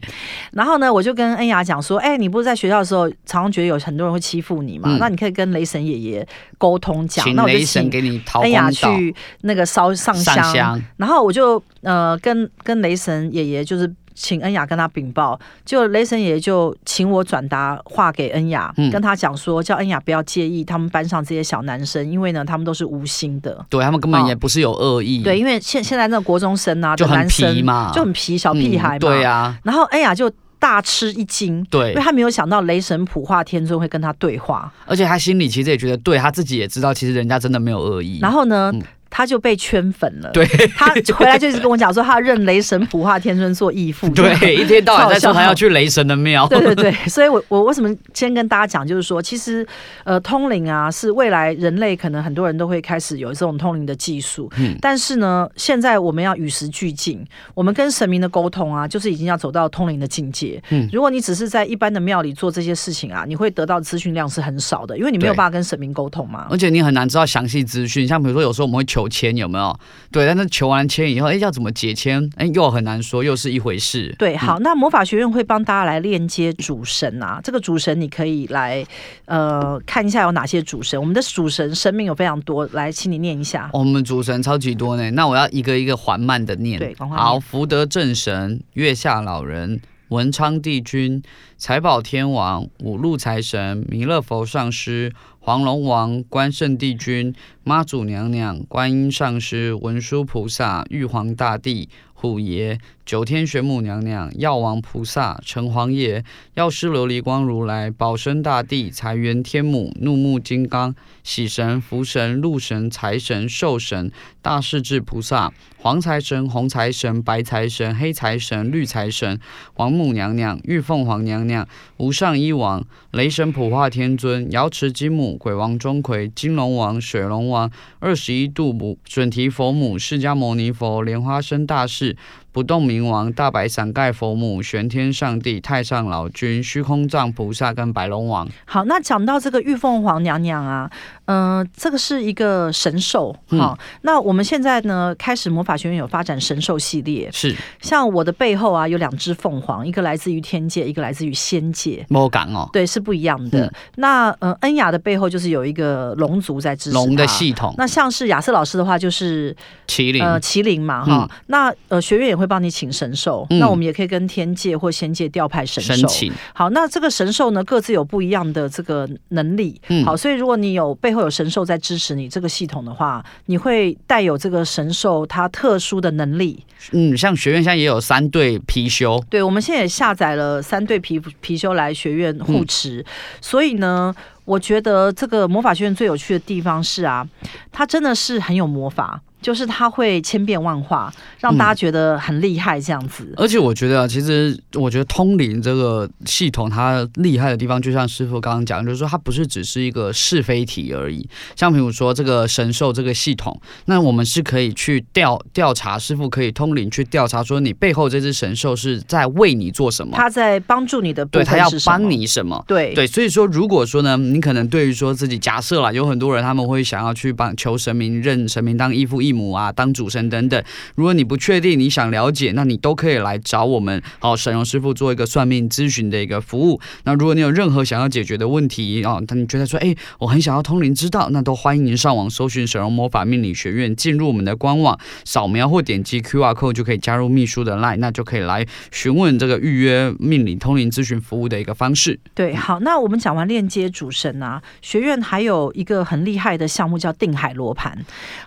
[SPEAKER 2] 然后呢，我就跟恩雅讲说，哎、你不是在学校的时候常常觉得有很多人会欺负你嘛？
[SPEAKER 3] 嗯
[SPEAKER 2] 那你可以跟雷神爷爷沟通讲，
[SPEAKER 3] 请
[SPEAKER 2] 那我就
[SPEAKER 3] 雷神
[SPEAKER 2] 请
[SPEAKER 3] 给你掏
[SPEAKER 2] 恩雅
[SPEAKER 3] 光道。
[SPEAKER 2] 去那个烧上香，
[SPEAKER 3] 上香，
[SPEAKER 2] 然后我就呃跟跟雷神爷爷就是。请恩雅跟他禀报，就雷神爷爷就请我转达话给恩雅，
[SPEAKER 3] 嗯
[SPEAKER 2] 跟他讲说，叫恩雅不要介意他们班上这些小男生，因为呢，他们都是无心的。
[SPEAKER 3] 对他们根本也不是有恶意，
[SPEAKER 2] 哦对，因为现现在那个国中生啊，
[SPEAKER 3] 嗯就很
[SPEAKER 2] 男
[SPEAKER 3] 皮
[SPEAKER 2] 生
[SPEAKER 3] 嘛
[SPEAKER 2] 就很皮小屁孩嘛。啊
[SPEAKER 3] 嗯对啊，
[SPEAKER 2] 然后恩雅就大吃一惊，因
[SPEAKER 3] 对嗯
[SPEAKER 2] 为，他没有想到雷神普化天尊会跟他对话，
[SPEAKER 3] 而且他心里其实也觉得，对他自己也知道，其实人家真的没有恶意。
[SPEAKER 2] 然后呢，
[SPEAKER 3] 嗯
[SPEAKER 2] 他就被圈粉了。
[SPEAKER 3] 对，
[SPEAKER 2] 他回来就一直跟我讲说，他认雷神普化天尊做 义父。
[SPEAKER 3] 对，一天到晚在
[SPEAKER 2] 超
[SPEAKER 3] 说
[SPEAKER 2] 好笑
[SPEAKER 3] 他要去雷神的 庙，
[SPEAKER 2] 对对 对，所以我我为什么先跟大家讲，就是说，其实呃，通灵啊，是未来人类可能很多人都会开始有这种通灵的技术，
[SPEAKER 3] 嗯
[SPEAKER 2] 但是呢，现在我们要与时俱进，我们跟神明的沟通啊，就是已经要走到通灵的境界。
[SPEAKER 3] 嗯
[SPEAKER 2] 如果你只是在一般的庙里做这些事情啊，你会得到资讯量是很少的，因为你没有
[SPEAKER 3] 对
[SPEAKER 2] 办法跟神明沟通嘛。
[SPEAKER 3] 而且你很难知道详细资讯，像比如说有时候我们会求签，有没有？对，但是求完签以后，哎，要怎么解签？哎，又很难说，又是一回事。
[SPEAKER 2] 对，好，那魔法学院会帮大家来链接主神啊，这个主神你可以来呃看一下有哪些主神，我们的主神生命有非常多，来，请你念一下。
[SPEAKER 3] 哦我们主神超级多呢，那我要一个一个缓慢的念。
[SPEAKER 2] 对缓慢地
[SPEAKER 3] 好，福德正神、月下老人、文昌帝君、财宝天王、五路财神、弥勒佛上师、黄龙王、关圣帝君、妈祖娘娘、观音上师、文殊菩萨、玉皇大帝、虎爷、九天玄母娘娘、药王菩萨、城隍爷、药师琉璃光如来、保生大帝、财源天母、怒目金刚、喜神、福神、禄神、财神、寿神、大势至菩萨、黄财神、红财神、白财神、黑财神、绿财神、王母娘娘、玉凤凰娘娘、无上一王、雷神普化天尊、瑶池金母、鬼王钟馗、金龙王、水龙王、二十一度母、准提佛母、释迦牟尼佛、莲花生大士、不动明王、大白伞盖佛母、玄天上帝、太上老君、虚空藏菩萨跟白龙王。
[SPEAKER 2] 好，那讲到这个玉凤凰娘娘啊，嗯、这个是一个神兽。好、
[SPEAKER 3] 嗯
[SPEAKER 2] 那我们现在呢，开始魔法学院有发展神兽系列，
[SPEAKER 3] 是
[SPEAKER 2] 像我的背后啊，有两只凤凰，一个来自于天界，一个来自于仙界。
[SPEAKER 3] 莫港哦，
[SPEAKER 2] 对，是不一样的。
[SPEAKER 3] 嗯
[SPEAKER 2] 那呃，恩雅的背后就是有一个龙族在支持
[SPEAKER 3] 龙的
[SPEAKER 2] 她
[SPEAKER 3] 系统，
[SPEAKER 2] 那像是亚瑟老师的话，就是
[SPEAKER 3] 麒麟。
[SPEAKER 2] 呃麒麟嘛哈、那呃学院也会帮你请神兽、
[SPEAKER 3] 嗯
[SPEAKER 2] 那我们也可以跟天界或仙界调派神
[SPEAKER 3] 神
[SPEAKER 2] 兽。
[SPEAKER 3] 请，
[SPEAKER 2] 好，那这个神兽呢，各自有不一样的这个能力。
[SPEAKER 3] 嗯
[SPEAKER 2] 好，所以如果你有背后有神兽在支持你这个系统的话，你会带有这个神兽它特殊的能力。
[SPEAKER 3] 嗯，像学院现在也有三对貔貅，
[SPEAKER 2] 对，我们现在也下载了三对貔貔貅来学院
[SPEAKER 3] 嗯
[SPEAKER 2] 护持，所以呢，我觉得这个魔法学院最有趣的地方是啊，它真的是很有魔法，就是它会千变万化，让
[SPEAKER 3] 嗯
[SPEAKER 2] 大家觉得很厉害这样子。
[SPEAKER 3] 而且我觉得啊，其实我觉得通灵这个系统它厉害的地方，就像师傅刚刚讲，就是说它不是只是一个是非题而已。像比如说这个神兽这个系统，那我们是可以去调调查，师傅可以通灵去调查，说你背后这只神兽是在为你做什么，
[SPEAKER 2] 它在帮助你的部
[SPEAKER 3] 对，
[SPEAKER 2] 分
[SPEAKER 3] 它要
[SPEAKER 2] 是什么
[SPEAKER 3] 帮，你什么。
[SPEAKER 2] 对
[SPEAKER 3] 对，所以说，如果说呢，你可能对于说自己假设啦，有很多人他们会想要去帮求神明认神明当义父义母啊，当主神等等。如果你不确定，你想了解，那你都可以来找我们哦，沈荣师傅做一个算命咨询的一个服务。那如果你有任何想要解决的问题哦，那你觉得说，哎，我很想要通灵之道，那都欢迎您上网搜寻沈荣魔法命理学院，进入我们的官网，扫描或点击 Q R code 就可以加入秘书的 line，那就可以来询问这个预约命理通灵咨询服务的一个方式。
[SPEAKER 2] 对，好，那我们讲完链接主神啊，学院还有一个很厉害的项目叫定海罗盘。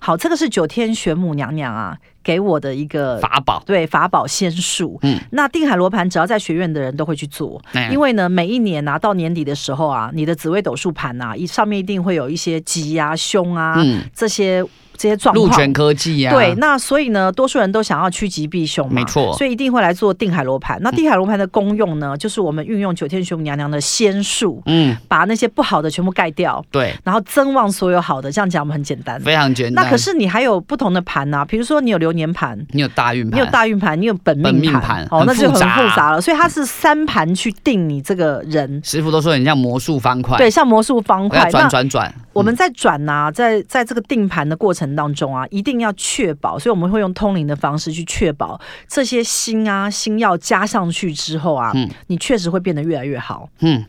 [SPEAKER 2] 好，这个是九天玄母娘娘啊给我的一个
[SPEAKER 3] 法宝。
[SPEAKER 2] 对法宝仙术。
[SPEAKER 3] 嗯，
[SPEAKER 2] 那定海罗盘只要在学院的人都会去做，
[SPEAKER 3] 哎
[SPEAKER 2] 因为呢，每一年拿到年底的时候啊，你的紫微斗数盘啊，一上面一定会有一些吉啊、凶啊、
[SPEAKER 3] 嗯，
[SPEAKER 2] 这些这些状
[SPEAKER 3] 陆
[SPEAKER 2] 况
[SPEAKER 3] 权。科技啊呀、
[SPEAKER 2] 对，，那所以呢，多数人都想要趋吉避凶嘛，
[SPEAKER 3] 没错嗯
[SPEAKER 2] 所以一定会来做定海罗盘。那定海罗盘的功用呢，就是我们运用九天玄母娘娘的仙术，
[SPEAKER 3] 嗯，
[SPEAKER 2] 把那些不好的全部盖掉，
[SPEAKER 3] 对，
[SPEAKER 2] 然后增旺所有好的。这样讲我们很简单。
[SPEAKER 3] 非常简单。
[SPEAKER 2] 那可是你还有不同的盘呐、比如说你有流年盘，
[SPEAKER 3] 你有大运
[SPEAKER 2] 你
[SPEAKER 3] 盘，
[SPEAKER 2] 有大运盘，你有本
[SPEAKER 3] 本命
[SPEAKER 2] 命
[SPEAKER 3] 盘
[SPEAKER 2] 盘，哦，
[SPEAKER 3] 很
[SPEAKER 2] 那就
[SPEAKER 3] 复
[SPEAKER 2] 很
[SPEAKER 3] 杂
[SPEAKER 2] 复杂了。所以它是三盘去定你这个人，
[SPEAKER 3] 师傅都说很像魔术方块，
[SPEAKER 2] 对，像魔术方
[SPEAKER 3] 我要
[SPEAKER 2] 块。
[SPEAKER 3] 转
[SPEAKER 2] 那
[SPEAKER 3] 转转。
[SPEAKER 2] 我们在转呐、在在这个定盘的过程当中啊，一定要确保，所以我们会用通灵的方式去确保这些星啊星耀加上去之后啊，
[SPEAKER 3] 嗯
[SPEAKER 2] 你确实会变得越来越好。
[SPEAKER 3] 嗯，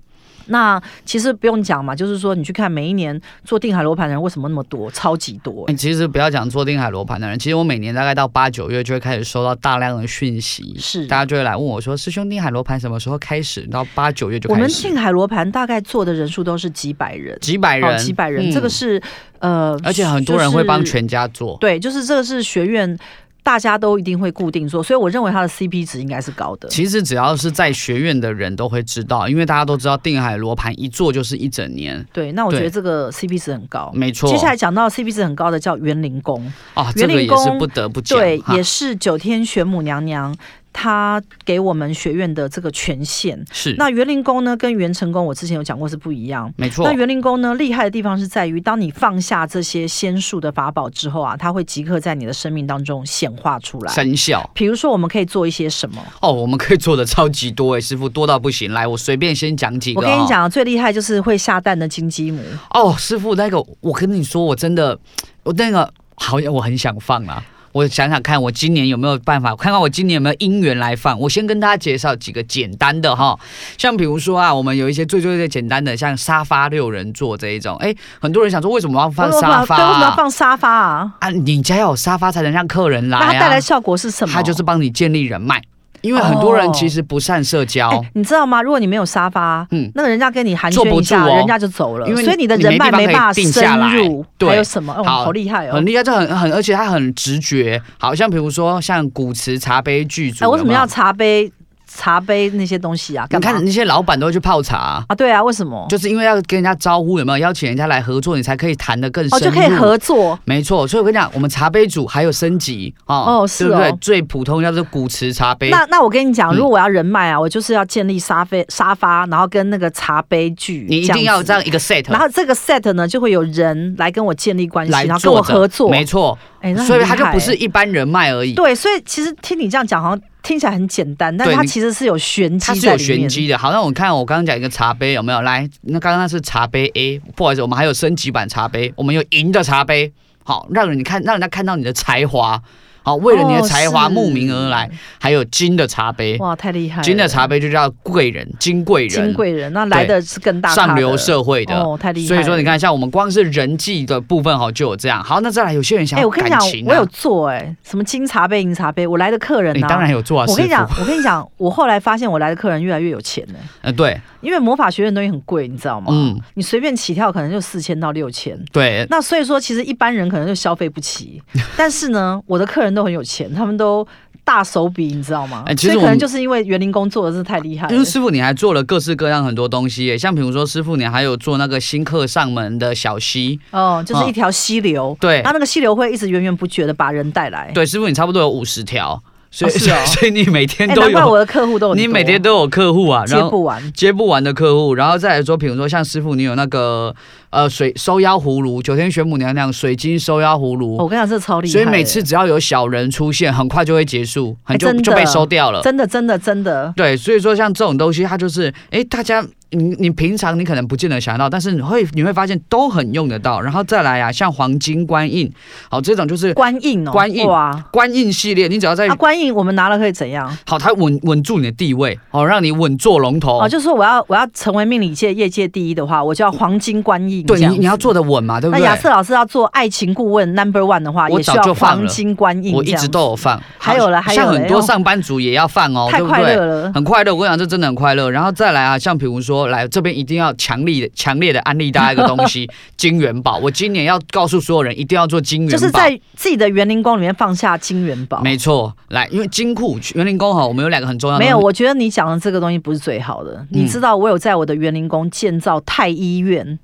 [SPEAKER 2] 那其实不用讲嘛，就是说你去看每一年做定海罗盘的人为什么那么多，超级多、
[SPEAKER 3] 嗯，其实不要讲做定海罗盘的人，其实我每年大概到八九月就会开始收到大量的讯息，
[SPEAKER 2] 是
[SPEAKER 3] 大家就会来问我说：“师兄，定海罗盘什么时候开始？”到八九月就
[SPEAKER 2] 我
[SPEAKER 3] 开
[SPEAKER 2] 们
[SPEAKER 3] 始，
[SPEAKER 2] 定海罗盘大概做的人数都是几百人。
[SPEAKER 3] 几百
[SPEAKER 2] 好
[SPEAKER 3] 人，
[SPEAKER 2] 哦几百人，
[SPEAKER 3] 嗯
[SPEAKER 2] 这个是呃，
[SPEAKER 3] 而且很多人会帮
[SPEAKER 2] 就是
[SPEAKER 3] 全家做。
[SPEAKER 2] 对，就是这个是学院大家都一定会固定做，所以我认为它的 CP 值应该是高的。
[SPEAKER 3] 其实只要是在学院的人都会知道，因为大家都知道定海罗盘一做就是一整年，
[SPEAKER 2] 对，那我觉
[SPEAKER 3] 对
[SPEAKER 2] 得这个 CP 值很高。
[SPEAKER 3] 没错。
[SPEAKER 2] 接下来讲到 CP 值很高的叫园林宫，
[SPEAKER 3] 啊，这
[SPEAKER 2] 园
[SPEAKER 3] 个
[SPEAKER 2] 林
[SPEAKER 3] 也是
[SPEAKER 2] 宫
[SPEAKER 3] 不得不讲，
[SPEAKER 2] 对，
[SPEAKER 3] 哈
[SPEAKER 2] 也是九天玄母娘娘她给我们学院的这个权限。
[SPEAKER 3] 是
[SPEAKER 2] 那园林宫呢，跟元成宫我之前有讲过是不一样。
[SPEAKER 3] 没错
[SPEAKER 2] 那。园林宫呢，厉害的地方是在于，当你放下这些仙术的法宝之后啊，它会即刻在你的生命当中显化出来。
[SPEAKER 3] 生效
[SPEAKER 2] 比如说，我们可以做一些什么？
[SPEAKER 3] 哦，我们可以做的超级多哎，师傅多到不行。来，我随便先讲几个、
[SPEAKER 2] 我跟你，讲，最厉害就是会下蛋的金鸡母，
[SPEAKER 3] 哦，师傅那个，我跟你说，我真的，我那个好像我很想放啊。我想想看，我今年有没有办法？看看我今年有没有因缘来放。我先跟大家介绍几个简单的哈，像比如说啊，我们有一些最最最简单的，像沙发六人座这一种。哎，很多人想说，为什么要放
[SPEAKER 2] 我
[SPEAKER 3] 沙
[SPEAKER 2] 把
[SPEAKER 3] 发
[SPEAKER 2] 对，为什么要
[SPEAKER 3] 啊？
[SPEAKER 2] 放沙发啊？
[SPEAKER 3] 啊，你家要有沙发才能让客人来、
[SPEAKER 2] 那
[SPEAKER 3] 啊。
[SPEAKER 2] 它带来效果是什么？哎
[SPEAKER 3] 它就是帮你建立人脉。因为很多人
[SPEAKER 2] 哦
[SPEAKER 3] 其实不善社交。
[SPEAKER 2] 哎，你知道吗？如果你没有沙发，
[SPEAKER 3] 嗯
[SPEAKER 2] 那个人家跟你寒
[SPEAKER 3] 坐
[SPEAKER 2] 暄
[SPEAKER 3] 不
[SPEAKER 2] 一下，
[SPEAKER 3] 住哦
[SPEAKER 2] 人家就走了，
[SPEAKER 3] 因为
[SPEAKER 2] 所以你的
[SPEAKER 3] 你
[SPEAKER 2] 人
[SPEAKER 3] 没
[SPEAKER 2] 脉
[SPEAKER 3] 地方
[SPEAKER 2] 没
[SPEAKER 3] 可以
[SPEAKER 2] 办法
[SPEAKER 3] 定下来
[SPEAKER 2] 深入。
[SPEAKER 3] 对
[SPEAKER 2] 还有什么？哦，
[SPEAKER 3] 好
[SPEAKER 2] 好厉害哦
[SPEAKER 3] 很！厉害，这很很，而且他很直觉，好像比如说像古驰茶杯剧组，
[SPEAKER 2] 哎，为什么
[SPEAKER 3] 有没有
[SPEAKER 2] 要茶杯、茶杯那些东西啊？干
[SPEAKER 3] 你
[SPEAKER 2] 嘛
[SPEAKER 3] 看那些老板都会去泡茶，
[SPEAKER 2] 啊？对啊，为什么？
[SPEAKER 3] 就是因为要跟人家招呼，有没有邀请人家来合作，你才可以谈得更
[SPEAKER 2] 哦，
[SPEAKER 3] 深入。
[SPEAKER 2] 就可以合作。
[SPEAKER 3] 没错，所以我跟你讲，我们茶杯组还有升级哦，
[SPEAKER 2] 哦是
[SPEAKER 3] 对不对
[SPEAKER 2] 哦？
[SPEAKER 3] 最普通叫做古驰茶杯，
[SPEAKER 2] 那那我跟你讲，
[SPEAKER 3] 嗯
[SPEAKER 2] 如果我要人脉啊，我就是要建立沙发沙发，然后跟那个茶杯具，
[SPEAKER 3] 你一定要有这
[SPEAKER 2] 样
[SPEAKER 3] 样
[SPEAKER 2] 子。
[SPEAKER 3] 一个 set，
[SPEAKER 2] 然后这个 set 呢，就会有人来跟我建立关系，
[SPEAKER 3] 来
[SPEAKER 2] 然后跟
[SPEAKER 3] 坐
[SPEAKER 2] 我
[SPEAKER 3] 着
[SPEAKER 2] 合作。
[SPEAKER 3] 没错，
[SPEAKER 2] 哎，那很
[SPEAKER 3] 所以
[SPEAKER 2] 厉
[SPEAKER 3] 它就
[SPEAKER 2] 害
[SPEAKER 3] 不是一般人脉而已。
[SPEAKER 2] 对，所以其实听你这样讲，好像听起来很简单，但
[SPEAKER 3] 对
[SPEAKER 2] 它
[SPEAKER 3] 你
[SPEAKER 2] 其实是有玄
[SPEAKER 3] 它
[SPEAKER 2] 机
[SPEAKER 3] 是
[SPEAKER 2] 在
[SPEAKER 3] 有
[SPEAKER 2] 里
[SPEAKER 3] 玄
[SPEAKER 2] 面。
[SPEAKER 3] 机的，好，那我看我刚刚讲一个茶杯有没有来？那刚刚那是茶杯 A，不好意思，我们还有升级版茶杯，我们有银的茶杯，好，让人看让人家看到你的才华，好，为了你的
[SPEAKER 2] 哦
[SPEAKER 3] 才华
[SPEAKER 2] 是
[SPEAKER 3] 慕名而来，还有金的茶杯，
[SPEAKER 2] 哇，太厉害了！
[SPEAKER 3] 金的茶杯就叫贵人，金贵人，
[SPEAKER 2] 金贵人，那来的是更大咖的
[SPEAKER 3] 上流社会的。
[SPEAKER 2] 哦，太厉害。
[SPEAKER 3] 所以说，你，看，像我们光是人际的部分哈，就有这样。好，那再来，有些人想
[SPEAKER 2] 哎，
[SPEAKER 3] 要
[SPEAKER 2] 我跟你
[SPEAKER 3] 感
[SPEAKER 2] 讲
[SPEAKER 3] 情、，啊
[SPEAKER 2] 我有做哎，什么金茶杯、银茶杯，我来的客人
[SPEAKER 3] 你
[SPEAKER 2] 啊，
[SPEAKER 3] 当然有做啊，
[SPEAKER 2] 我跟你
[SPEAKER 3] 师傅
[SPEAKER 2] 讲，，我跟你讲，我后来发现我来的客人越来越有钱呢，
[SPEAKER 3] 呃，对，
[SPEAKER 2] 因为魔法学院的东西很贵，你知道吗？
[SPEAKER 3] 嗯，
[SPEAKER 2] 你随便起跳可能就四千到六千。
[SPEAKER 3] 对，
[SPEAKER 2] 那所以说，其实一般人可能就消费不 起，但是呢，我的客人都很有钱，他们都大手笔，你知道吗？
[SPEAKER 3] 哎其实
[SPEAKER 2] 所以
[SPEAKER 3] 我
[SPEAKER 2] 可能
[SPEAKER 3] 们
[SPEAKER 2] 就是因为园林工作真是太厉害
[SPEAKER 3] 因为
[SPEAKER 2] 了。
[SPEAKER 3] 师傅你还做了各式各样很多东西耶，像比如说师傅你还有做那个新客上门的小溪，
[SPEAKER 2] 哦，就是一条溪流，
[SPEAKER 3] 嗯对
[SPEAKER 2] 然后那个溪流会一直源源不绝的把人带来。
[SPEAKER 3] 对，师傅你差不多有五十条，所以、
[SPEAKER 2] 哦是哦
[SPEAKER 3] 所以你每天
[SPEAKER 2] 哎，
[SPEAKER 3] 都
[SPEAKER 2] 难怪
[SPEAKER 3] 有，
[SPEAKER 2] 我的客户都很多
[SPEAKER 3] 你每天都有客户啊，
[SPEAKER 2] 接
[SPEAKER 3] 然后
[SPEAKER 2] 不完。
[SPEAKER 3] 接不完的客户，然后再来说，比如说像师傅你有那个呃水收妖葫芦，九天玄母娘娘水晶收妖葫芦。
[SPEAKER 2] 哦我跟你讲，这超厉害的。哎
[SPEAKER 3] 所以每次只要有小人出现，很快就会结束，很就
[SPEAKER 2] 真的
[SPEAKER 3] 就被收掉了。
[SPEAKER 2] 真的真的真的，
[SPEAKER 3] 对，所以说像这种东西，它就是，哎，大家，你你平常你可能不见得想到，但是你会你会发现都很用得到。然后再来啊，像黄金官印，好、这种就是
[SPEAKER 2] 官印哦，
[SPEAKER 3] 官印
[SPEAKER 2] 哇，
[SPEAKER 3] 官印系列，你只要在、
[SPEAKER 2] 啊，官印我们拿了可以怎样？
[SPEAKER 3] 好，它稳稳住你的地位，好、让你稳坐龙头。
[SPEAKER 2] 哦，就是说我要我要成为命理界业界第一的话，我就要黄金官印。
[SPEAKER 3] 对
[SPEAKER 2] 这样
[SPEAKER 3] 你
[SPEAKER 2] 子
[SPEAKER 3] 你要做的稳嘛，对不
[SPEAKER 2] 那
[SPEAKER 3] 对？
[SPEAKER 2] 雅瑟老师要做爱情顾问 number one 的话，
[SPEAKER 3] 我
[SPEAKER 2] 也需
[SPEAKER 3] 早就
[SPEAKER 2] 要
[SPEAKER 3] 放了
[SPEAKER 2] 黄金观音
[SPEAKER 3] 我
[SPEAKER 2] 这
[SPEAKER 3] 一
[SPEAKER 2] 样
[SPEAKER 3] 直
[SPEAKER 2] 子，
[SPEAKER 3] 都有放，
[SPEAKER 2] 还有了还有
[SPEAKER 3] 像
[SPEAKER 2] 了
[SPEAKER 3] 很多
[SPEAKER 2] 哦
[SPEAKER 3] 上班族也要放哦，
[SPEAKER 2] 太
[SPEAKER 3] 对不
[SPEAKER 2] 快
[SPEAKER 3] 对？
[SPEAKER 2] 乐了。
[SPEAKER 3] 很快乐，我跟你讲，这真的很快乐。然后再来啊，像比如说，来这边一定要强力的、强烈的安利大家一个东 西——金元宝。我今年要告诉所有人，一定要做金元
[SPEAKER 2] 就
[SPEAKER 3] 宝。
[SPEAKER 2] 是在自己的园林宫里面放下金元宝。
[SPEAKER 3] 没错，来，因为金库园林工哈，我们有两个很重嗯要的
[SPEAKER 2] 没有，
[SPEAKER 3] 东西
[SPEAKER 2] 我觉得你讲的这个东西不是最好的。你知道，我有在我的园林宫建造太医院，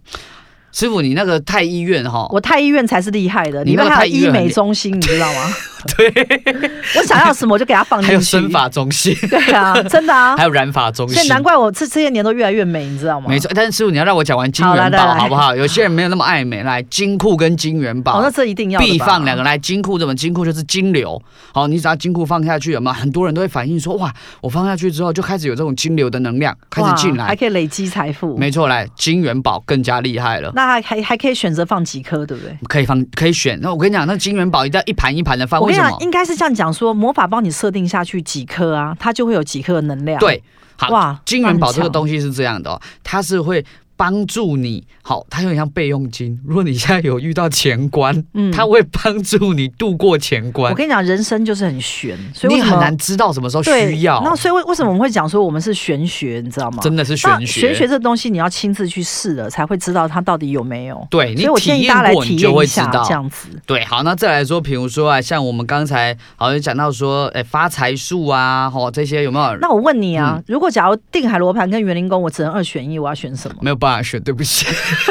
[SPEAKER 3] 师傅，你那个太医院哈，
[SPEAKER 2] 我太医院才是厉害的，
[SPEAKER 3] 哦你
[SPEAKER 2] 里
[SPEAKER 3] 那
[SPEAKER 2] 面
[SPEAKER 3] 个
[SPEAKER 2] 还
[SPEAKER 3] 太
[SPEAKER 2] 有
[SPEAKER 3] 医
[SPEAKER 2] 医
[SPEAKER 3] 院很
[SPEAKER 2] 美
[SPEAKER 3] 厉
[SPEAKER 2] 中心，你知 道吗？对， 我想要什么我就给它放进去。
[SPEAKER 3] 还有生发中心，
[SPEAKER 2] 对 啊，真的啊
[SPEAKER 3] 还，有染发中
[SPEAKER 2] 所以
[SPEAKER 3] 心。
[SPEAKER 2] 难怪我这这些年都越来越美，你知道吗？
[SPEAKER 3] 没错，但是师傅，你要让我讲完金元
[SPEAKER 2] 好来来
[SPEAKER 3] 宝
[SPEAKER 2] 来
[SPEAKER 3] 好不好？有些人没有那么爱美，来金库跟金元
[SPEAKER 2] 哦，
[SPEAKER 3] 宝
[SPEAKER 2] 那，这一定要的吧
[SPEAKER 3] 必放两个。来金库，怎么金库就是金流？好，你只要金库放下去，有没有很多人都会反映说，哇，我放下去之后就开始有这种金流的能量开始
[SPEAKER 2] 哇
[SPEAKER 3] 进
[SPEAKER 2] 还
[SPEAKER 3] 来。
[SPEAKER 2] 可以累积财富。
[SPEAKER 3] 没错，来金元宝更加厉害了。
[SPEAKER 2] 那还还还可以选择放几颗，对不对？
[SPEAKER 3] 可以放，可以选。那我跟你讲，那金元宝一定要一盘一盘的放，
[SPEAKER 2] 我
[SPEAKER 3] 啊为
[SPEAKER 2] 跟你
[SPEAKER 3] 什
[SPEAKER 2] 讲
[SPEAKER 3] 么，？
[SPEAKER 2] 应该是这样讲说，魔法帮你设定下去几颗啊，它就会有几颗的能量。，
[SPEAKER 3] 对，好，
[SPEAKER 2] 啊哇，
[SPEAKER 3] 金元宝这个
[SPEAKER 2] 西，
[SPEAKER 3] 东西是这样的、哦，它是会帮助你，好，它有点像备用金。如果你现在有遇到钱关，
[SPEAKER 2] 嗯
[SPEAKER 3] 它会帮助你度过钱关
[SPEAKER 2] 我，跟你讲，人生就是很玄，所以
[SPEAKER 3] 啊你
[SPEAKER 2] 为什么
[SPEAKER 3] 很难知道什么时候
[SPEAKER 2] 对
[SPEAKER 3] 需要
[SPEAKER 2] 那，所以为为什么我们会讲说我们是玄学，你知道吗？
[SPEAKER 3] 真的是
[SPEAKER 2] 那
[SPEAKER 3] 玄学。
[SPEAKER 2] 啊玄学这东西，你要亲自去试了，才会知道它到底有没有。
[SPEAKER 3] 对
[SPEAKER 2] 所
[SPEAKER 3] 你
[SPEAKER 2] 以我建
[SPEAKER 3] 体
[SPEAKER 2] 议大家
[SPEAKER 3] 验
[SPEAKER 2] 来
[SPEAKER 3] 过，
[SPEAKER 2] 体
[SPEAKER 3] 你就
[SPEAKER 2] 验一
[SPEAKER 3] 会知
[SPEAKER 2] 下，这
[SPEAKER 3] 道。
[SPEAKER 2] 样子。
[SPEAKER 3] 对，好，那再来说，比如说啊，像我们刚才好像讲到说，哎，发财树啊，吼、这些有没有？
[SPEAKER 2] 那我问你
[SPEAKER 3] 嗯
[SPEAKER 2] 啊，如果假如定海罗盘跟园林宫，我只能二选一，我要选什么？
[SPEAKER 3] 没有办法选，对不起。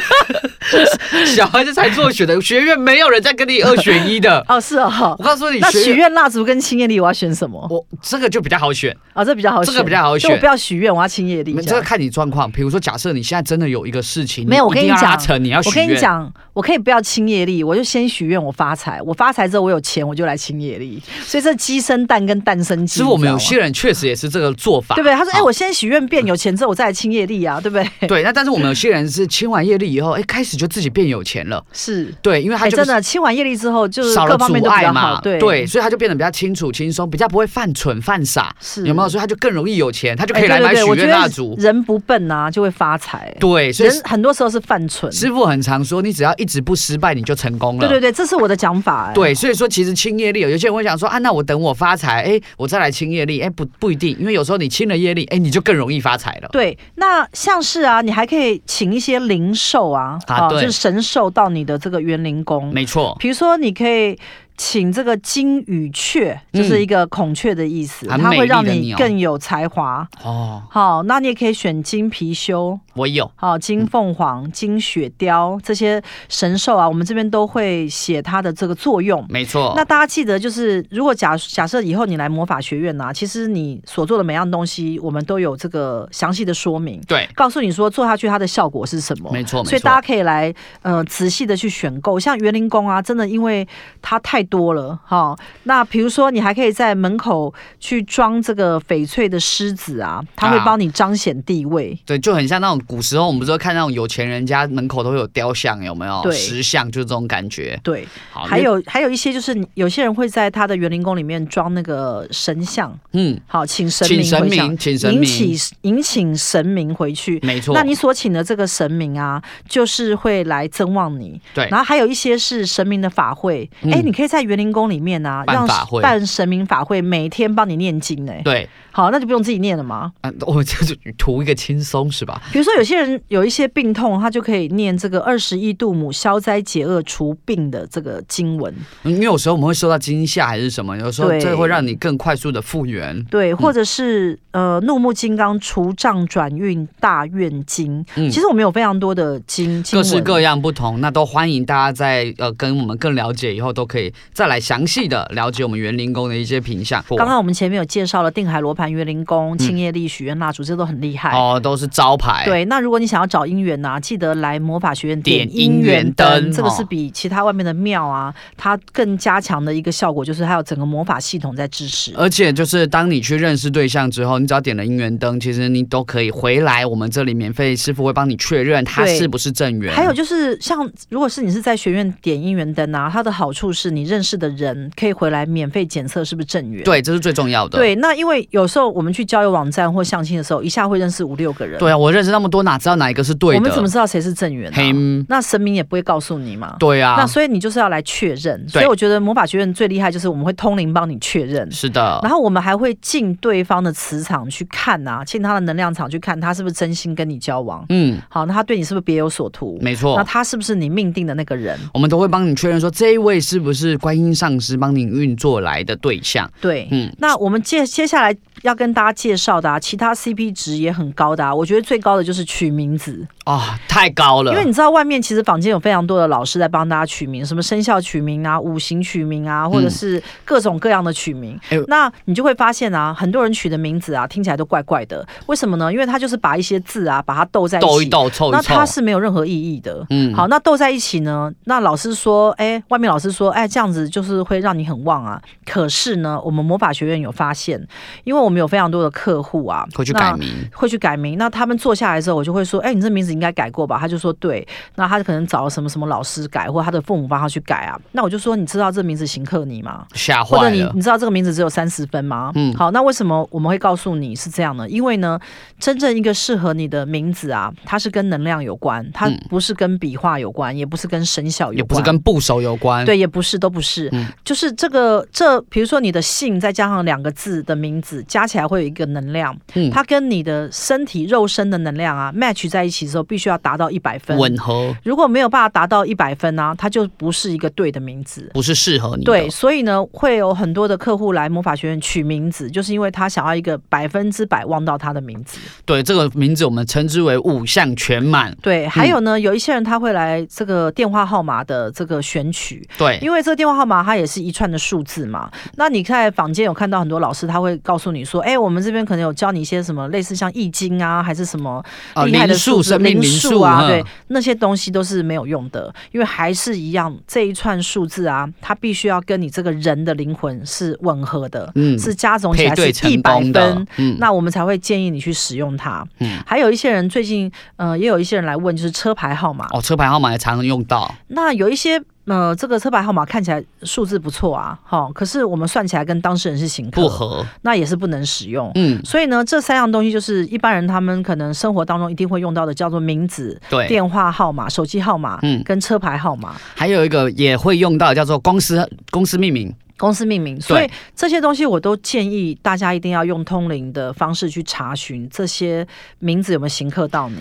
[SPEAKER 3] 小孩子才做选的，学院没有人在跟你二选一的。
[SPEAKER 2] 哦，是哦
[SPEAKER 3] 嗯我。告诉你，
[SPEAKER 2] 那
[SPEAKER 3] 学
[SPEAKER 2] 许
[SPEAKER 3] 院
[SPEAKER 2] 愿蜡烛跟青叶力，我要选什么？
[SPEAKER 3] 我这个就比较好选，
[SPEAKER 2] 哦，这比较好
[SPEAKER 3] 这
[SPEAKER 2] 选，
[SPEAKER 3] 个比较好
[SPEAKER 2] 就我
[SPEAKER 3] 选
[SPEAKER 2] 不要许愿，我要青叶力。
[SPEAKER 3] 你这个看你状况。比如说，假设你现在真的有一个事情，
[SPEAKER 2] 没有我跟
[SPEAKER 3] 一
[SPEAKER 2] 你
[SPEAKER 3] 定要拉
[SPEAKER 2] 讲
[SPEAKER 3] 成你要
[SPEAKER 2] 我
[SPEAKER 3] 许
[SPEAKER 2] 跟你
[SPEAKER 3] 愿。
[SPEAKER 2] 讲，我可以不要清业力，我就先许愿我发财，我发财之后我有钱我就来清业力，所以这鸡生蛋跟蛋生鸡，
[SPEAKER 3] 是我
[SPEAKER 2] 你知
[SPEAKER 3] 们
[SPEAKER 2] 道
[SPEAKER 3] 有
[SPEAKER 2] 吗
[SPEAKER 3] 些人哦确实也是这个做法，
[SPEAKER 2] 对不对？他说：“哎、
[SPEAKER 3] 好
[SPEAKER 2] 我先许愿变有钱之后，我再来清业力啊，对不 对？”
[SPEAKER 3] 对。那但是我们有些人是清完业力以后，哎，开始就自己变有钱了，
[SPEAKER 2] 是，
[SPEAKER 3] 对，因为
[SPEAKER 2] 哎、
[SPEAKER 3] 他就
[SPEAKER 2] 真的清完业力之后，就是
[SPEAKER 3] 少了
[SPEAKER 2] 各方面
[SPEAKER 3] 阻
[SPEAKER 2] 都比
[SPEAKER 3] 碍
[SPEAKER 2] 较
[SPEAKER 3] 嘛
[SPEAKER 2] 好，，对
[SPEAKER 3] 所以他就变得比较清楚、轻松，比较不会犯蠢、犯傻，
[SPEAKER 2] 是
[SPEAKER 3] 有没有？所以他就更容易有钱，他就
[SPEAKER 2] 哎
[SPEAKER 3] 可以来
[SPEAKER 2] 对
[SPEAKER 3] 买
[SPEAKER 2] 对对
[SPEAKER 3] 许
[SPEAKER 2] 我觉
[SPEAKER 3] 愿
[SPEAKER 2] 得
[SPEAKER 3] 蜡烛。
[SPEAKER 2] 人不笨啊，就会发财。
[SPEAKER 3] 对，所以
[SPEAKER 2] 人很多时候是犯蠢，
[SPEAKER 3] 师傅很常说，你只要一直不失败，你就成功了。
[SPEAKER 2] 对对对，这是我的讲法、哎，
[SPEAKER 3] 对，所以说其实清业力，有些人会想说啊，那我等我发财，哎，我再来清业力，哎，不不一定，因为有时候你清了业力，哎，你就更容易发财了。
[SPEAKER 2] 对，那像是啊，你还可以请一些灵兽啊，
[SPEAKER 3] 啊对
[SPEAKER 2] 就是神兽到你的这个园林宫。
[SPEAKER 3] 没错，
[SPEAKER 2] 比如说，你可以请这个金羽雀，就是一个孔雀的意思，
[SPEAKER 3] 嗯很
[SPEAKER 2] 它
[SPEAKER 3] 美
[SPEAKER 2] 会
[SPEAKER 3] 丽
[SPEAKER 2] 让
[SPEAKER 3] 的
[SPEAKER 2] 你
[SPEAKER 3] 鸟
[SPEAKER 2] 更有才华。
[SPEAKER 3] 哦，
[SPEAKER 2] 好，那你也可以选金貔貅，
[SPEAKER 3] 我有，
[SPEAKER 2] 好，金凤凰、金雪貂这些神兽啊，我们这边都会写它的这个作用。
[SPEAKER 3] 没错，
[SPEAKER 2] 那大家记得，就是如果假假设以后你来魔法学院呐、啊其实你所做的每样东西，我们都有这个详细的说明，
[SPEAKER 3] 对，
[SPEAKER 2] 告诉你说做下去它的效果是什么。
[SPEAKER 3] 没错，
[SPEAKER 2] 所
[SPEAKER 3] 没
[SPEAKER 2] 以大
[SPEAKER 3] 错
[SPEAKER 2] 家。可以来呃仔细的去选购，像园林宫啊，真的因为它太多了哈、那比如说你还可以在门口去装这个翡翠的狮子啊，它会
[SPEAKER 3] 啊
[SPEAKER 2] 帮你彰显地位。
[SPEAKER 3] 对，就很像那种古时候，我们不是会看那种有钱人家门口都会有雕像，有没有？
[SPEAKER 2] 对
[SPEAKER 3] 石像就是这种感觉。
[SPEAKER 2] 对，
[SPEAKER 3] 好，
[SPEAKER 2] 还，有还有一些就是有些人会在他的园林宫里面装那个神像，
[SPEAKER 3] 嗯，
[SPEAKER 2] 好，请神明
[SPEAKER 3] 请神
[SPEAKER 2] 回向
[SPEAKER 3] 明，请神
[SPEAKER 2] 引
[SPEAKER 3] 明
[SPEAKER 2] 起，引请神明回去。
[SPEAKER 3] 没错。
[SPEAKER 2] 那你所请的这个神明啊，就是会来增旺你。
[SPEAKER 3] 对
[SPEAKER 2] 然后还有一些是神明的法会，
[SPEAKER 3] 嗯
[SPEAKER 2] 哎、你可以在园林宫里面啊，
[SPEAKER 3] 办法会
[SPEAKER 2] 办神明法会，每天帮你念经呢、
[SPEAKER 3] 对，
[SPEAKER 2] 好，那就不用自己念了嘛。
[SPEAKER 3] 啊，我就是图一个轻松是吧？
[SPEAKER 2] 比如说有些人有一些病痛，他就可以念这个二十一度母消灾解厄除病的这个经文，
[SPEAKER 3] 嗯因为有时候我们会受到惊吓还是什么，有时候
[SPEAKER 2] 对
[SPEAKER 3] 这会让你更快速的复原。
[SPEAKER 2] 对，或者是、呃怒目金刚除障转运大愿经。
[SPEAKER 3] 嗯
[SPEAKER 2] 其实我们有非常多的经，经
[SPEAKER 3] 各式
[SPEAKER 2] 文
[SPEAKER 3] 各样不同，那都欢迎大家在呃跟我们更了解以后，都可以再来详细的了解我们园林宫的一些品相。
[SPEAKER 2] 刚刚我们前面有介绍了定海罗盘、园林
[SPEAKER 3] 嗯
[SPEAKER 2] 宫、青叶力、许愿蜡烛，这都很厉害。
[SPEAKER 3] 哦，都是招牌，，
[SPEAKER 2] 对，那如果你想要找姻缘呐、记得来魔法学院
[SPEAKER 3] 点
[SPEAKER 2] 姻
[SPEAKER 3] 姻缘灯
[SPEAKER 2] 这个是
[SPEAKER 3] 哦
[SPEAKER 2] 比其他外面的庙啊，它更加强的一个效果，就是它有整个魔法系统在支持。
[SPEAKER 3] 而且就是当你去认识对象之后，你只要点了姻缘灯，其实你都可以回来我们这里免费，师傅会帮你确认他
[SPEAKER 2] 对
[SPEAKER 3] 是不是正缘。
[SPEAKER 2] 还有就是，像如果是你是在学院点姻缘灯啊，它的好处是你认识的人可以回来免费检测是不是正缘。
[SPEAKER 3] 对，这是最重要的。
[SPEAKER 2] 对，那因为有时候我们去交友网站或相亲的时候，一下会认识五六个人，
[SPEAKER 3] 对啊，我认识那么多，哪知道哪一个是对的？
[SPEAKER 2] 我们怎么知道谁是正缘、
[SPEAKER 3] 嘿
[SPEAKER 2] 啊？那神明也不会告诉你嘛。
[SPEAKER 3] 对啊
[SPEAKER 2] 那，所以你就是要来确认。所以
[SPEAKER 3] 对
[SPEAKER 2] 我觉得魔法学院最厉害就是我们会通灵帮你确认。
[SPEAKER 3] 是的
[SPEAKER 2] 然，后我们还会进对方的磁场去看啊，进他的能量场去看他是不是真心跟你交往。
[SPEAKER 3] 嗯，
[SPEAKER 2] 好，那他对你是不是别有所图？
[SPEAKER 3] 没
[SPEAKER 2] 那
[SPEAKER 3] 错。
[SPEAKER 2] 他是不是你命定的那个人？
[SPEAKER 3] 我们都会帮你确认说，这一位是不是观音上师帮你运作来的对象？
[SPEAKER 2] 对，
[SPEAKER 3] 嗯，
[SPEAKER 2] 那我们接接下来要跟大家介绍的啊，其他 CP 值也很高的啊，我觉得最高的就是取名字，
[SPEAKER 3] 啊、太高了，
[SPEAKER 2] 因为你知道外面其实坊间有非常多的老师在帮大家取名，什么生肖取名啊、五行取名啊，或者是各种各样的取名。
[SPEAKER 3] 嗯哎呦
[SPEAKER 2] 那你就会发现啊，很多人取的名字啊，听起来都怪怪的。为什么呢？因为他就是把一些字啊，把它斗在一起，
[SPEAKER 3] 斗一斗，凑
[SPEAKER 2] 那
[SPEAKER 3] 一凑
[SPEAKER 2] 它。是没有任何意义的。
[SPEAKER 3] 嗯
[SPEAKER 2] 好，那斗在一起呢？那老师说，哎、外面老师说，哎、这样子就是会让你很旺啊。可是呢，我们魔法学院有发现，因为我们有非常多的客户啊，
[SPEAKER 3] 回去
[SPEAKER 2] 那
[SPEAKER 3] 改名。
[SPEAKER 2] 会去改名。那他们坐下来之后，我就会说：“哎、你这名字应该改过吧？”他就说：“对。”那他可能找了什么什么老师改，或他的父母帮他去改啊。那我就说：“你知道这名字行克你吗？
[SPEAKER 3] 吓
[SPEAKER 2] 或者
[SPEAKER 3] 坏
[SPEAKER 2] 你
[SPEAKER 3] 了，
[SPEAKER 2] 你知道这个名字只有三十分吗？”
[SPEAKER 3] 嗯
[SPEAKER 2] 好，那为什么我们会告诉你是这样呢？因为呢，真正一个适合你的名字啊，它是跟能量有关，它
[SPEAKER 3] 嗯
[SPEAKER 2] 不是跟笔画有关，也不是跟生肖有关，
[SPEAKER 3] 也不是跟部首有关。，
[SPEAKER 2] 对，也不是，都不是，
[SPEAKER 3] 嗯
[SPEAKER 2] 就是这个这，比如说你的姓再加上两个字的名字，加起来会有一个能量，
[SPEAKER 3] 嗯
[SPEAKER 2] 它跟你的身体肉身的能量啊 match 在一起的时候，必须要达到一百分。
[SPEAKER 3] 吻合
[SPEAKER 2] 如果没有办法达到一百分呢、它就不是一个对的名字。
[SPEAKER 3] 不是适合你的。
[SPEAKER 2] 对，所以呢，会有很多的客户来魔法学院取名字，就是因为他想要一个百分之百望到他的名字。
[SPEAKER 3] 对，这个名字我们称之为五项全满。
[SPEAKER 2] 对，还有呢，有一些人他会来这个电话号码的这个选取，
[SPEAKER 3] 对，
[SPEAKER 2] 因为这个电话号码它也是一串的数字嘛。那你在坊间有看到很多老师，他会告诉你说，哎、我们这边可能有教你一些什么类似像易经啊，还是什么
[SPEAKER 3] 啊
[SPEAKER 2] 厉害的
[SPEAKER 3] 灵数
[SPEAKER 2] 数字、
[SPEAKER 3] 生命
[SPEAKER 2] 灵
[SPEAKER 3] 灵
[SPEAKER 2] 数
[SPEAKER 3] 数
[SPEAKER 2] 啊，
[SPEAKER 3] 嗯
[SPEAKER 2] 对，那些东西都是没有用的，因为还是一样这一串数字啊，它必须要跟你这个人的灵魂是吻合的，
[SPEAKER 3] 嗯
[SPEAKER 2] 是加总起
[SPEAKER 3] 配
[SPEAKER 2] 来
[SPEAKER 3] 对
[SPEAKER 2] 是一
[SPEAKER 3] 成
[SPEAKER 2] 百
[SPEAKER 3] 功
[SPEAKER 2] 分
[SPEAKER 3] 的。，嗯，
[SPEAKER 2] 那我们才会建议你去使用它。
[SPEAKER 3] 嗯
[SPEAKER 2] 还有一些人最近，呃，也有一些人来问，就是车牌号码。
[SPEAKER 3] 哦，车牌号码也常用到。
[SPEAKER 2] 那有一些呃，这个车牌号码看起来数字不错啊，哈、可是我们算起来跟当事人是行客
[SPEAKER 3] 不，合，
[SPEAKER 2] 那也是不能使用。
[SPEAKER 3] 嗯，
[SPEAKER 2] 所以呢，这三样东西就是一般人他们可能生活当中一定会用到的，叫做名字、
[SPEAKER 3] 对，
[SPEAKER 2] 电话号码、手机号码，
[SPEAKER 3] 嗯
[SPEAKER 2] 跟车牌号码、
[SPEAKER 3] 还有一个也会用到叫做公司公司命名，
[SPEAKER 2] 公司命名。所以这些东西我都建议大家一定要用通灵的方式去查询这些名字有没有行客到你。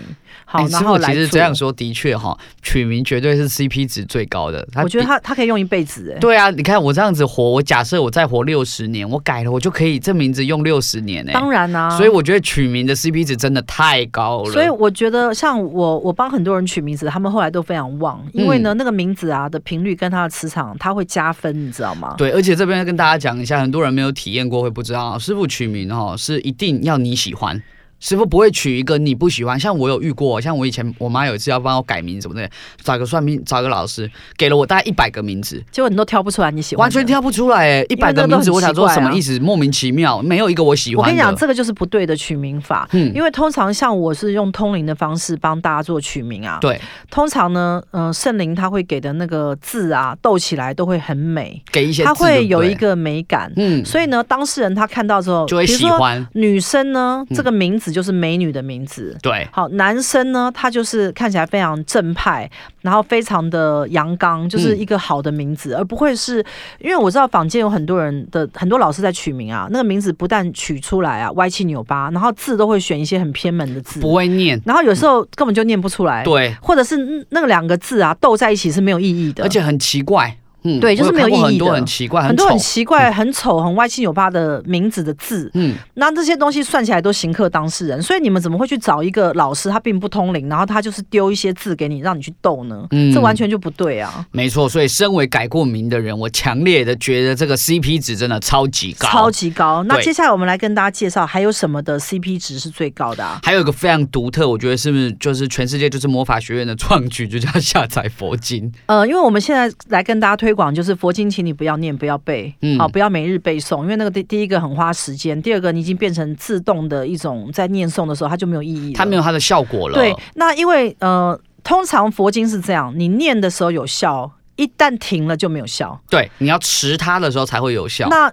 [SPEAKER 2] 好，
[SPEAKER 3] 哎
[SPEAKER 2] 然
[SPEAKER 3] 师
[SPEAKER 2] 后
[SPEAKER 3] 傅
[SPEAKER 2] 来
[SPEAKER 3] 其实
[SPEAKER 2] 做
[SPEAKER 3] 这样说的确哈，取名绝对是 CP 值最高的。它
[SPEAKER 2] 我觉得
[SPEAKER 3] 比
[SPEAKER 2] 他他可以用一辈子、哎，
[SPEAKER 3] 对啊，你看我这样子活，我假设我再活六十年，我改了，我就可以这名字用六十年哎、
[SPEAKER 2] 当然啊，
[SPEAKER 3] 所以我觉得取名的 CP 值真的太高了。
[SPEAKER 2] 所以我觉得，像我，我帮很多人取名字，他们后来都非常旺，因
[SPEAKER 3] 嗯
[SPEAKER 2] 为呢，那个名字啊的频率跟它的磁场，它会加分，你知道吗？
[SPEAKER 3] 对，而且这边跟大家讲一下，很多人没有体验过会不知道，师傅取名哦是一定要你喜欢。师傅不会取一个你不喜欢，像我有遇过，像我以前我妈有一次要帮我改名什么的，找个算命，找个老师，给了我大概一百个名字，
[SPEAKER 2] 结果你都挑不出来你喜欢，
[SPEAKER 3] 完全。挑不出来，一百
[SPEAKER 2] 因为那
[SPEAKER 3] 个
[SPEAKER 2] 都
[SPEAKER 3] 名字，
[SPEAKER 2] 很
[SPEAKER 3] 我想
[SPEAKER 2] 奇
[SPEAKER 3] 说
[SPEAKER 2] 怪
[SPEAKER 3] 什么
[SPEAKER 2] 啊
[SPEAKER 3] 意思？莫名其妙，没有一个我喜
[SPEAKER 2] 我
[SPEAKER 3] 欢
[SPEAKER 2] 跟
[SPEAKER 3] 的。
[SPEAKER 2] 你讲，这个就是不对的取名法。
[SPEAKER 3] 嗯
[SPEAKER 2] 因为通常像我是用通灵的方式帮大家做取名啊，
[SPEAKER 3] 对，
[SPEAKER 2] 通常呢，呃，圣灵他会给的那个字啊，斗起来都会很美，
[SPEAKER 3] 给一些
[SPEAKER 2] 它
[SPEAKER 3] 字对
[SPEAKER 2] 会
[SPEAKER 3] 不
[SPEAKER 2] 有一
[SPEAKER 3] 对
[SPEAKER 2] 个美感，
[SPEAKER 3] 嗯，
[SPEAKER 2] 所以呢，当事人他看到之后，
[SPEAKER 3] 就会
[SPEAKER 2] 比如
[SPEAKER 3] 喜
[SPEAKER 2] 说
[SPEAKER 3] 欢。
[SPEAKER 2] 女生呢，
[SPEAKER 3] 嗯
[SPEAKER 2] 这个名字就是美女的名字，
[SPEAKER 3] 对，
[SPEAKER 2] 好，男生呢，他就是看起来非常正派，然后非常的阳刚，
[SPEAKER 3] 嗯
[SPEAKER 2] 就是一个好的名字，而不会是因为我知道坊间有很多人的很多老师在取名啊，那个名字不但取出来啊歪七扭八，然后字都会选一些很偏门的字，
[SPEAKER 3] 不会念，
[SPEAKER 2] 然后有时候根本就念不出来，，
[SPEAKER 3] 对，
[SPEAKER 2] 或者是那两个字啊斗在一起是没有意义的，
[SPEAKER 3] 而且很奇怪，嗯，
[SPEAKER 2] 对就是
[SPEAKER 3] 我
[SPEAKER 2] 没有
[SPEAKER 3] 看过
[SPEAKER 2] 意义
[SPEAKER 3] 很多
[SPEAKER 2] 的
[SPEAKER 3] 很奇怪，
[SPEAKER 2] 很多
[SPEAKER 3] 丑
[SPEAKER 2] 很，奇怪、很丑、很歪七扭八的名字的字，
[SPEAKER 3] 嗯，
[SPEAKER 2] 那这些东西算起来都行客当事人，所以你们怎么会去找一个老师，他并不通灵，然后他就是丢一些字给你，让你去斗呢？
[SPEAKER 3] 嗯
[SPEAKER 2] 这完全就不对啊，
[SPEAKER 3] 没错。所以，身为改过名的人，我强烈的觉得这个 CP 值真的超级高，
[SPEAKER 2] 超级高。那
[SPEAKER 3] 对
[SPEAKER 2] 接下来我们来跟大家介绍还有什么的 CP 值是最高的啊？
[SPEAKER 3] 还有一个非常独特，我觉得是不是就是全世界就是魔法学院的创举，就叫下载佛 经。
[SPEAKER 2] 呃，因为我们现在来跟大家推广，就是佛经，请你不要念，不要背，好、
[SPEAKER 3] 嗯
[SPEAKER 2] 不要每日背诵，因为那个第第一个很花时间，第二个你已经变成自动的一种在念诵的时候，它就没有意义了。
[SPEAKER 3] 它没有它的效果了。
[SPEAKER 2] 对，那因为呃，通常佛经是这样，你念的时候有效，一旦停了就没有效。
[SPEAKER 3] 对，你要持它的时候才会有效。
[SPEAKER 2] 那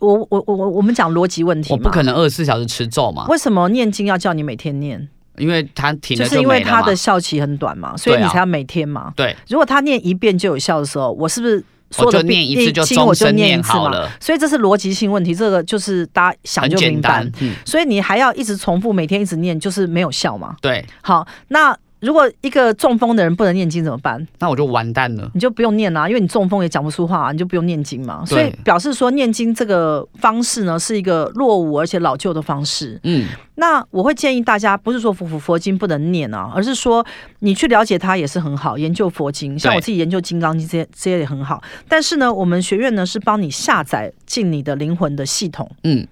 [SPEAKER 2] 我我我我我们讲逻辑问题
[SPEAKER 3] 我
[SPEAKER 2] 嘛，
[SPEAKER 3] 不可能二十四小时持咒嘛，
[SPEAKER 2] 为什么念经要叫你每天念？
[SPEAKER 3] 因为它停
[SPEAKER 2] 就
[SPEAKER 3] 了
[SPEAKER 2] 是因为
[SPEAKER 3] 没了
[SPEAKER 2] 它
[SPEAKER 3] 嘛。
[SPEAKER 2] 的效期很短嘛，所以
[SPEAKER 3] 对
[SPEAKER 2] 你
[SPEAKER 3] 啊
[SPEAKER 2] 才要每天嘛。
[SPEAKER 3] 对，
[SPEAKER 2] 如果他念一遍就有效的时候，我是不是所有
[SPEAKER 3] 我
[SPEAKER 2] 的
[SPEAKER 3] 就
[SPEAKER 2] 病
[SPEAKER 3] 念一次就
[SPEAKER 2] 经我
[SPEAKER 3] 终
[SPEAKER 2] 就
[SPEAKER 3] 身
[SPEAKER 2] 念
[SPEAKER 3] 念
[SPEAKER 2] 一次
[SPEAKER 3] 好
[SPEAKER 2] 嘛？
[SPEAKER 3] 了，
[SPEAKER 2] 所以这是逻辑性问题，这个就是大家想
[SPEAKER 3] 很
[SPEAKER 2] 就
[SPEAKER 3] 简
[SPEAKER 2] 明白
[SPEAKER 3] 单。。嗯，
[SPEAKER 2] 所以你还要一直重复，每天一直念，就是没有效嘛。
[SPEAKER 3] 对，
[SPEAKER 2] 好，那如果一个中风的人不能念经怎么办？
[SPEAKER 3] 那我就完蛋了。
[SPEAKER 2] 你就不用念啊啦、因为你中风也讲不出话、你就不用念经嘛。所以表示说，念经这个方式呢，是一个落伍而且老旧的方式。
[SPEAKER 3] 嗯，
[SPEAKER 2] 那我会建议大家，不是说佛佛佛经不能念啊，而是说你去了解它也是很好，研究佛经，像我自己研究《金刚经》这些这些也很好。但是呢，我们学院呢是帮你下载进你的灵魂的系统。
[SPEAKER 3] 嗯。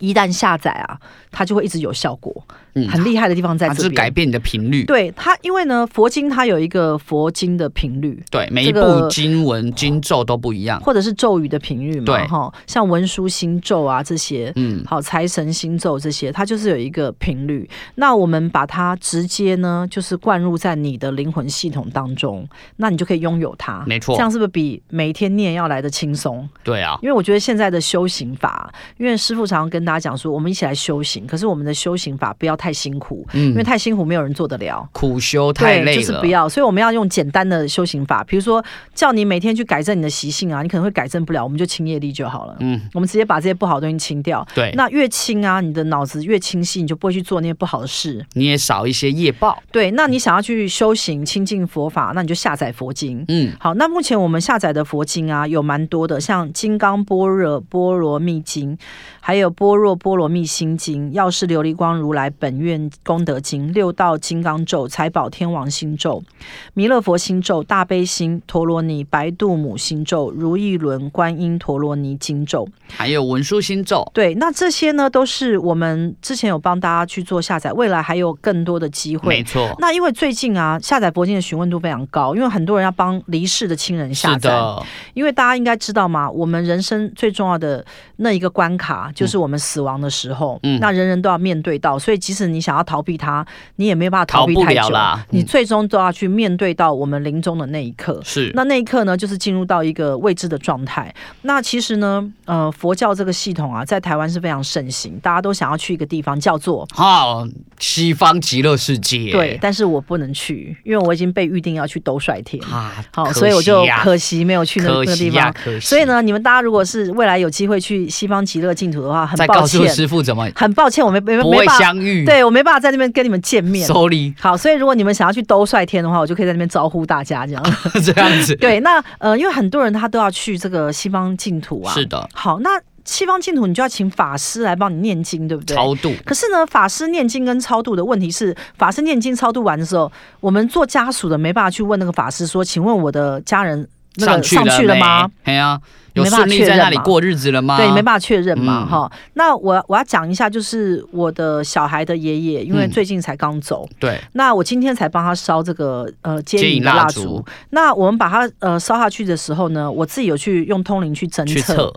[SPEAKER 2] 一旦下载啊，它就会一直有效果。
[SPEAKER 3] 嗯
[SPEAKER 2] 很厉害的地方在
[SPEAKER 3] 它就
[SPEAKER 2] 这
[SPEAKER 3] 是
[SPEAKER 2] 边
[SPEAKER 3] 改。变你的频率。
[SPEAKER 2] 对它，因为呢，佛经它有一个佛经的频率，
[SPEAKER 3] 对，每一
[SPEAKER 2] 这个
[SPEAKER 3] 部经文经咒都不一样。
[SPEAKER 2] 或者是咒语的频率嘛，
[SPEAKER 3] 对
[SPEAKER 2] 哈，像文殊心咒啊这些，
[SPEAKER 3] 嗯，
[SPEAKER 2] 好财神心咒这些，它就是有一个频率。那我们把它直接呢，就是灌入在你的灵魂系统当中，那你就可以拥有它。
[SPEAKER 3] 没错
[SPEAKER 2] 这样是不是比每天念要来的轻松？
[SPEAKER 3] 对啊，
[SPEAKER 2] 因为我觉得现在的修行法，因为师傅常常跟大家讲说，我们一起来修行，可是我们的修行法不要太辛苦，因为
[SPEAKER 3] 嗯，
[SPEAKER 2] 太辛苦没有人做得了。
[SPEAKER 3] 苦修太
[SPEAKER 2] 对，
[SPEAKER 3] 累
[SPEAKER 2] 就是
[SPEAKER 3] 了
[SPEAKER 2] 不。要，所以我们要用简单的修行法，比如说叫你每天去改正你的习性啊，你可能会改正不了，我们就清业力就好了。
[SPEAKER 3] 嗯，
[SPEAKER 2] 我们直接把这些不好的东西清掉。
[SPEAKER 3] 对，
[SPEAKER 2] 那越清啊，你的脑子越清晰，你就不会去做那些不好的事。
[SPEAKER 3] 你也少一些业报。
[SPEAKER 2] 对，那你想要去修行清净佛法，那你就下载佛经。
[SPEAKER 3] 嗯，
[SPEAKER 2] 好，那目前我们下载的佛经啊，有蛮多的，像《金刚般若波罗蜜经》，还有《般若波罗蜜心经》、《药师琉璃光如来本愿功德经》、《六道金刚咒》、《财宝天王心咒》、《弥勒佛心咒》、《大悲心陀罗尼白度母心咒》、《如意轮观音陀罗尼经咒》。
[SPEAKER 3] 还有文殊心咒。
[SPEAKER 2] 对，那这些呢，都是我们之前有帮大家去做下载，未来还有更多的机会
[SPEAKER 3] 没。错，
[SPEAKER 2] 那因为最近啊，下载佛经的询问度非常高，因为很多人要帮离世的亲人下
[SPEAKER 3] 是
[SPEAKER 2] 载。
[SPEAKER 3] 的，
[SPEAKER 2] 因为大家应该知道嘛，我们人生最重要的那一个关卡就是我们死亡的时候，
[SPEAKER 3] 嗯
[SPEAKER 2] 那人人都要面对到，所以即使你想要逃避它，你也没有办法逃避
[SPEAKER 3] 逃不
[SPEAKER 2] 太
[SPEAKER 3] 了
[SPEAKER 2] 久
[SPEAKER 3] 啦
[SPEAKER 2] 你
[SPEAKER 3] 嗯
[SPEAKER 2] 最终都要去面对到我们临终的那一刻。
[SPEAKER 3] 是
[SPEAKER 2] 那那一刻呢，就是进入到一个未知的状态。那其实呢，呃，佛教这个系统啊，在台湾是非常盛行，大家都想要去一个地方叫做
[SPEAKER 3] 好、西方极乐世界，
[SPEAKER 2] 对，但是我不能去，因为我已经被预定要去兜率天。
[SPEAKER 3] 啊，
[SPEAKER 2] 好，
[SPEAKER 3] 可
[SPEAKER 2] 所以我就
[SPEAKER 3] 惜呀
[SPEAKER 2] 可惜没有去那个
[SPEAKER 3] 可
[SPEAKER 2] 那个地
[SPEAKER 3] 惜呀
[SPEAKER 2] 方。
[SPEAKER 3] 可惜
[SPEAKER 2] 所以，呢，你们大家如果是未来有机会去西方极乐净土的话，很
[SPEAKER 3] 再
[SPEAKER 2] 抱
[SPEAKER 3] 告诉
[SPEAKER 2] 歉，
[SPEAKER 3] 师傅怎么
[SPEAKER 2] 很抱歉，我没没
[SPEAKER 3] 不
[SPEAKER 2] 没
[SPEAKER 3] 会
[SPEAKER 2] 办法，
[SPEAKER 3] 相遇，
[SPEAKER 2] 对我没办法在那边跟你们见面。
[SPEAKER 3] ，sorry，
[SPEAKER 2] 好，所以如果你们想要去兜率天的话，我就可以在那边招呼大家这 样。
[SPEAKER 3] 这样子，
[SPEAKER 2] 对，那呃，因为很多人他都要去这个西方净土啊。
[SPEAKER 3] 是。的，
[SPEAKER 2] 好，那西方净土你就要请法师来帮你念经，对不对？
[SPEAKER 3] 超度
[SPEAKER 2] 可是呢，法师念经跟超度的问题是，法师念经超度完的时候，我们做家属的没办法去问那个法师说，请问我的家人那个
[SPEAKER 3] 去
[SPEAKER 2] 上去
[SPEAKER 3] 了
[SPEAKER 2] 了吗？？
[SPEAKER 3] 哎呀，
[SPEAKER 2] 你
[SPEAKER 3] 有
[SPEAKER 2] 没办法
[SPEAKER 3] 顺利
[SPEAKER 2] 确
[SPEAKER 3] 在
[SPEAKER 2] 认
[SPEAKER 3] 那里
[SPEAKER 2] 嘛
[SPEAKER 3] 过日子了吗？
[SPEAKER 2] 对，你没办法确认嘛，
[SPEAKER 3] 啊嗯
[SPEAKER 2] 哈、那我我要讲一下，就是我的小孩的爷爷，因为
[SPEAKER 3] 嗯
[SPEAKER 2] 最近才刚走，
[SPEAKER 3] 对，
[SPEAKER 2] 那我今天才帮他烧这个呃接
[SPEAKER 3] 接
[SPEAKER 2] 引
[SPEAKER 3] 引
[SPEAKER 2] 的
[SPEAKER 3] 蜡
[SPEAKER 2] 蜡
[SPEAKER 3] 烛
[SPEAKER 2] 烛。那我们把它呃烧下去的时候呢，我自己有去呃用通灵去侦
[SPEAKER 3] 去测，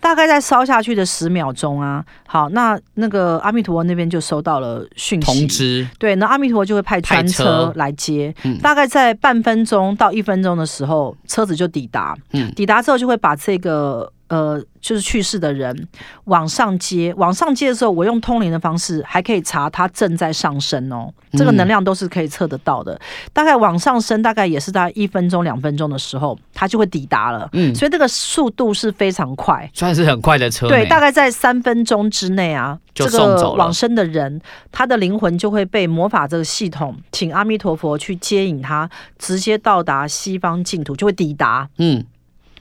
[SPEAKER 2] 大概在烧下去的十秒钟啊。好，那那个阿弥陀佛那边就收到了讯息
[SPEAKER 3] 通知，
[SPEAKER 2] 对，那阿弥陀佛就会派专
[SPEAKER 3] 派
[SPEAKER 2] 车
[SPEAKER 3] 车
[SPEAKER 2] 来接，
[SPEAKER 3] 嗯
[SPEAKER 2] 大概在半分钟到一分钟的时候，车子就抵达。
[SPEAKER 3] 嗯
[SPEAKER 2] 抵达之后就会把这个呃，就是去世的人往上接，往上接的时候，我用通灵的方式还可以查他正在上升哦，这个
[SPEAKER 3] 嗯
[SPEAKER 2] 能量都是可以测得到的。大概往上升，大概也是大概一分钟两分钟的时候，他就会抵达了。
[SPEAKER 3] 嗯，
[SPEAKER 2] 所以这个速度是非常快，
[SPEAKER 3] 算是很快的车呢，
[SPEAKER 2] 对，大概在三分钟之内啊，
[SPEAKER 3] 就
[SPEAKER 2] 这
[SPEAKER 3] 送
[SPEAKER 2] 个
[SPEAKER 3] 走了
[SPEAKER 2] 往生的人，他的灵魂就会被魔法这个系统，请阿弥陀佛去接引他，直接到达西方净土，就会抵达。
[SPEAKER 3] 嗯，